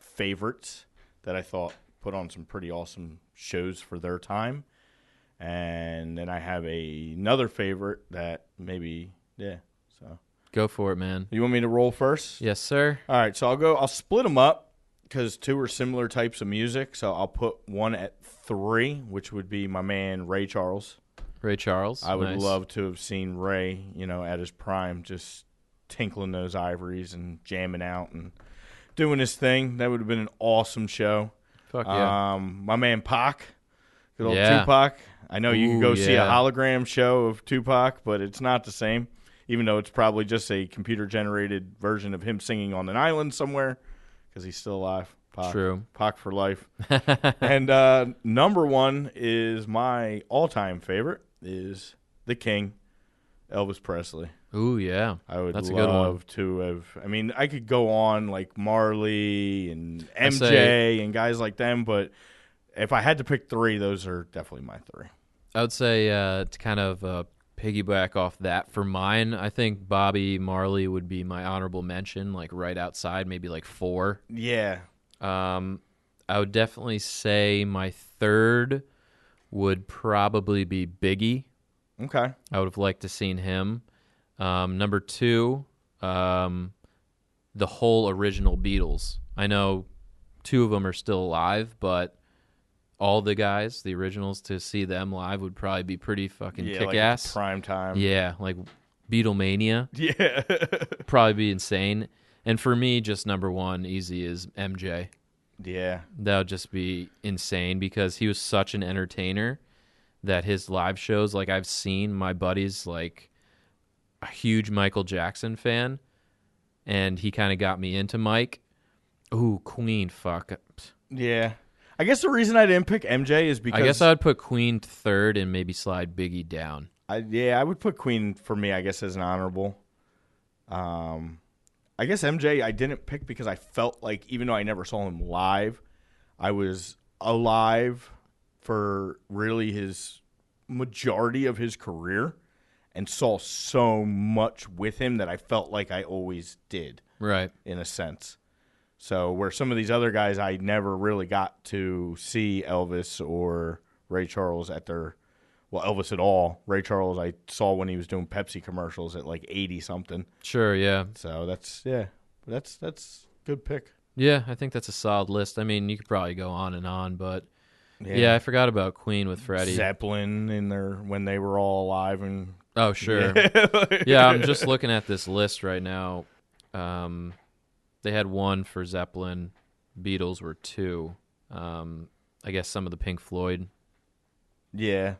Speaker 3: favorites that I thought put on some pretty awesome shows for their time, and then I have a, another favorite that maybe yeah. So
Speaker 2: Go for it, man.
Speaker 3: you want me to roll first?
Speaker 2: Yes, sir.
Speaker 3: All right, so I'll go. I'll split them up because two are similar types of music. So I'll put one at three, which would be my man Ray Charles.
Speaker 2: Ray Charles.
Speaker 3: I would
Speaker 2: Nice.
Speaker 3: love to have seen Ray, you know, at his prime, just tinkling those ivories and jamming out and doing his thing. That would have been an awesome show.
Speaker 2: Fuck yeah.
Speaker 3: Um, my man Pac, good old
Speaker 2: Yeah.
Speaker 3: Tupac. I know you can
Speaker 2: Ooh,
Speaker 3: go see a
Speaker 2: yeah.
Speaker 3: hologram show of Tupac, but it's not the same. Even though it's probably just a computer generated version of him singing on an island somewhere, because he's still alive. Pac.
Speaker 2: True.
Speaker 3: Pac for life. and uh, number one is my all time favorite is the King, Elvis Presley.
Speaker 2: Ooh, yeah.
Speaker 3: I would
Speaker 2: That's a good one.
Speaker 3: love to have. I mean, I could go on like Marley and MJ
Speaker 2: say-
Speaker 3: and guys like them, but if I had to pick three, those are definitely my three.
Speaker 2: I would say uh, to kind of uh, piggyback off that for mine, I think Bobby Marley would be my honorable mention, like right outside, maybe like four.
Speaker 3: Yeah,
Speaker 2: Um, I would definitely say my third would probably be Biggie.
Speaker 3: Okay.
Speaker 2: I would have liked to seen him. Um, number two, um, the whole original Beatles. I know two of them are still alive, but all the guys, the originals, to see them live would probably be pretty fucking
Speaker 3: yeah,
Speaker 2: kick
Speaker 3: like
Speaker 2: ass.
Speaker 3: prime time.
Speaker 2: yeah, like Beatlemania
Speaker 3: Yeah.
Speaker 2: probably be insane. And for me, just number one, easy is MJ.
Speaker 3: yeah.
Speaker 2: That would just be insane because he was such an entertainer that his live shows, like I've seen my buddies, like a huge Michael Jackson fan, and he kind of got me into Mike. Ooh, Queen, fuck.
Speaker 3: Yeah. I guess the reason I didn't pick MJ is because
Speaker 2: I guess I would put Queen third and maybe slide Biggie down.
Speaker 3: I, yeah, I would put Queen for me, I guess, as an honorable. Um, I guess MJ I didn't pick because I felt like even though I never saw him live, I was alive for really his majority of his career and saw so much with him that I felt like I always did
Speaker 2: Right.
Speaker 3: in a sense. So where some of these other guys I never really got to see Elvis or Ray Charles at their well Elvis at all. Ray Charles I saw when he was doing Pepsi commercials at like 80 something.
Speaker 2: Sure, yeah.
Speaker 3: So that's yeah. That's that's good pick.
Speaker 2: Yeah, I think that's a solid list. I mean, you could probably go on and on, but yeah, I forgot about Queen with Freddie.
Speaker 3: Zeppelin in their when they were all alive and
Speaker 2: Oh, sure. yeah, I'm just looking at this list right now. Um, they had one for Zeppelin. Beatles were two. Um, I guess some of the Pink Floyd.
Speaker 3: yeah.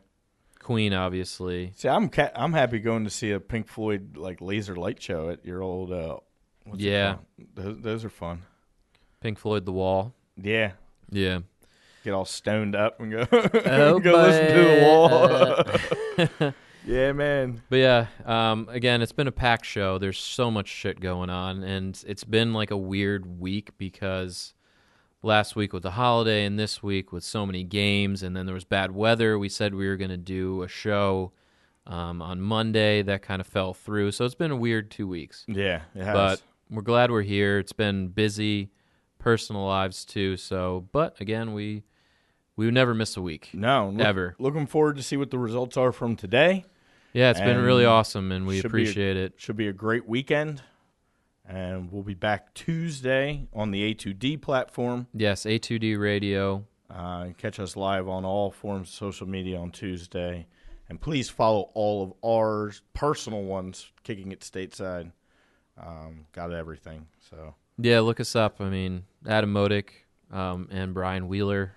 Speaker 2: Queen, obviously.
Speaker 3: See, I'm ca- I'm happy going to see a Pink Floyd like laser light show at your old uh what's it
Speaker 2: Yeah.
Speaker 3: called? those, those are fun.
Speaker 2: Pink Floyd, The Wall.
Speaker 3: Yeah.
Speaker 2: Yeah.
Speaker 3: get all stoned up and go,
Speaker 2: Oh,
Speaker 3: go listen to the wall.
Speaker 2: but-
Speaker 3: yeah, man.
Speaker 2: But yeah, um, again, it's been a packed show. There's so much shit going on, and it's been like a weird week because last week with the holiday, and this week with so many games, and then there was bad weather. We said we were gonna do a show um, on Monday, that kind of fell through. So it's been a weird two weeks,
Speaker 3: Yeah, it has.
Speaker 2: but we're glad we're here. It's been busy, personal lives too. So, but again, we we would never miss a week.
Speaker 3: no, look-
Speaker 2: Ever.
Speaker 3: Looking forward to see what the results are from today.
Speaker 2: Yeah, it's been really
Speaker 3: And
Speaker 2: awesome, and we
Speaker 3: should be a-
Speaker 2: appreciate it.
Speaker 3: Should be a great weekend, and we'll be back Tuesday on the A2D platform.
Speaker 2: Yes, A2D Radio.
Speaker 3: Uh, catch us live on all forms of social media on Tuesday, and please follow all of our personal ones. Kicking it stateside, um, got everything. So
Speaker 2: Yeah, look us up. I mean, Adam Modic um, and Brian Wheeler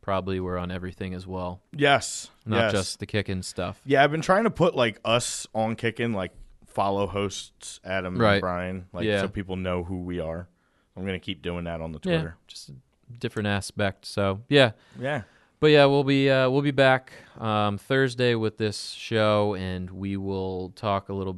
Speaker 2: probably were on everything as well,
Speaker 3: yes,
Speaker 2: not
Speaker 3: yes.
Speaker 2: just the kicking stuff.
Speaker 3: Yeah, I've been trying to put like us on kicking, like follow hosts Adam
Speaker 2: Right.
Speaker 3: and Brian, like
Speaker 2: Yeah.
Speaker 3: so people know who we are. I'm gonna keep doing that on the
Speaker 2: Yeah,
Speaker 3: Twitter.
Speaker 2: just a different aspect. So yeah,
Speaker 3: Yeah.
Speaker 2: but yeah, we'll be uh, we'll be back um, Thursday with this show, and we will talk a little.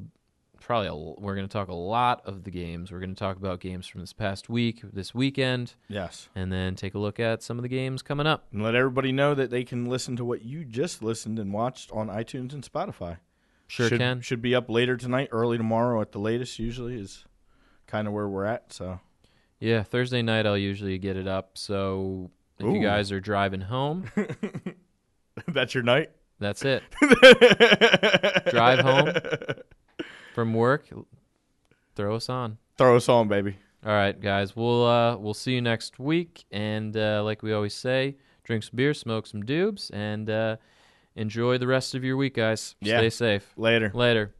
Speaker 2: Probably a, l- we're going to talk a lot of the games. We're going to talk about games from this past week, this weekend,
Speaker 3: Yes.
Speaker 2: and then take a look at some of the games coming up.
Speaker 3: And let everybody know that they can listen to what you just listened and watched on iTunes and Spotify.
Speaker 2: Sure
Speaker 3: should,
Speaker 2: can.
Speaker 3: Should be up later tonight, early tomorrow at the latest. Usually is kind of where we're at. So
Speaker 2: Yeah, Thursday night I'll usually get it up. So if
Speaker 3: Ooh.
Speaker 2: you guys are driving home,
Speaker 3: that's your night.
Speaker 2: that's it. Drive home from work, throw us on.
Speaker 3: Throw us on, baby.
Speaker 2: All right, guys. We'll uh, we'll see you next week. And uh, like we always say, drink some beer, smoke some doobs, and uh, enjoy the rest of your week, guys.
Speaker 3: Yeah.
Speaker 2: Stay safe.
Speaker 3: Later.
Speaker 2: Later.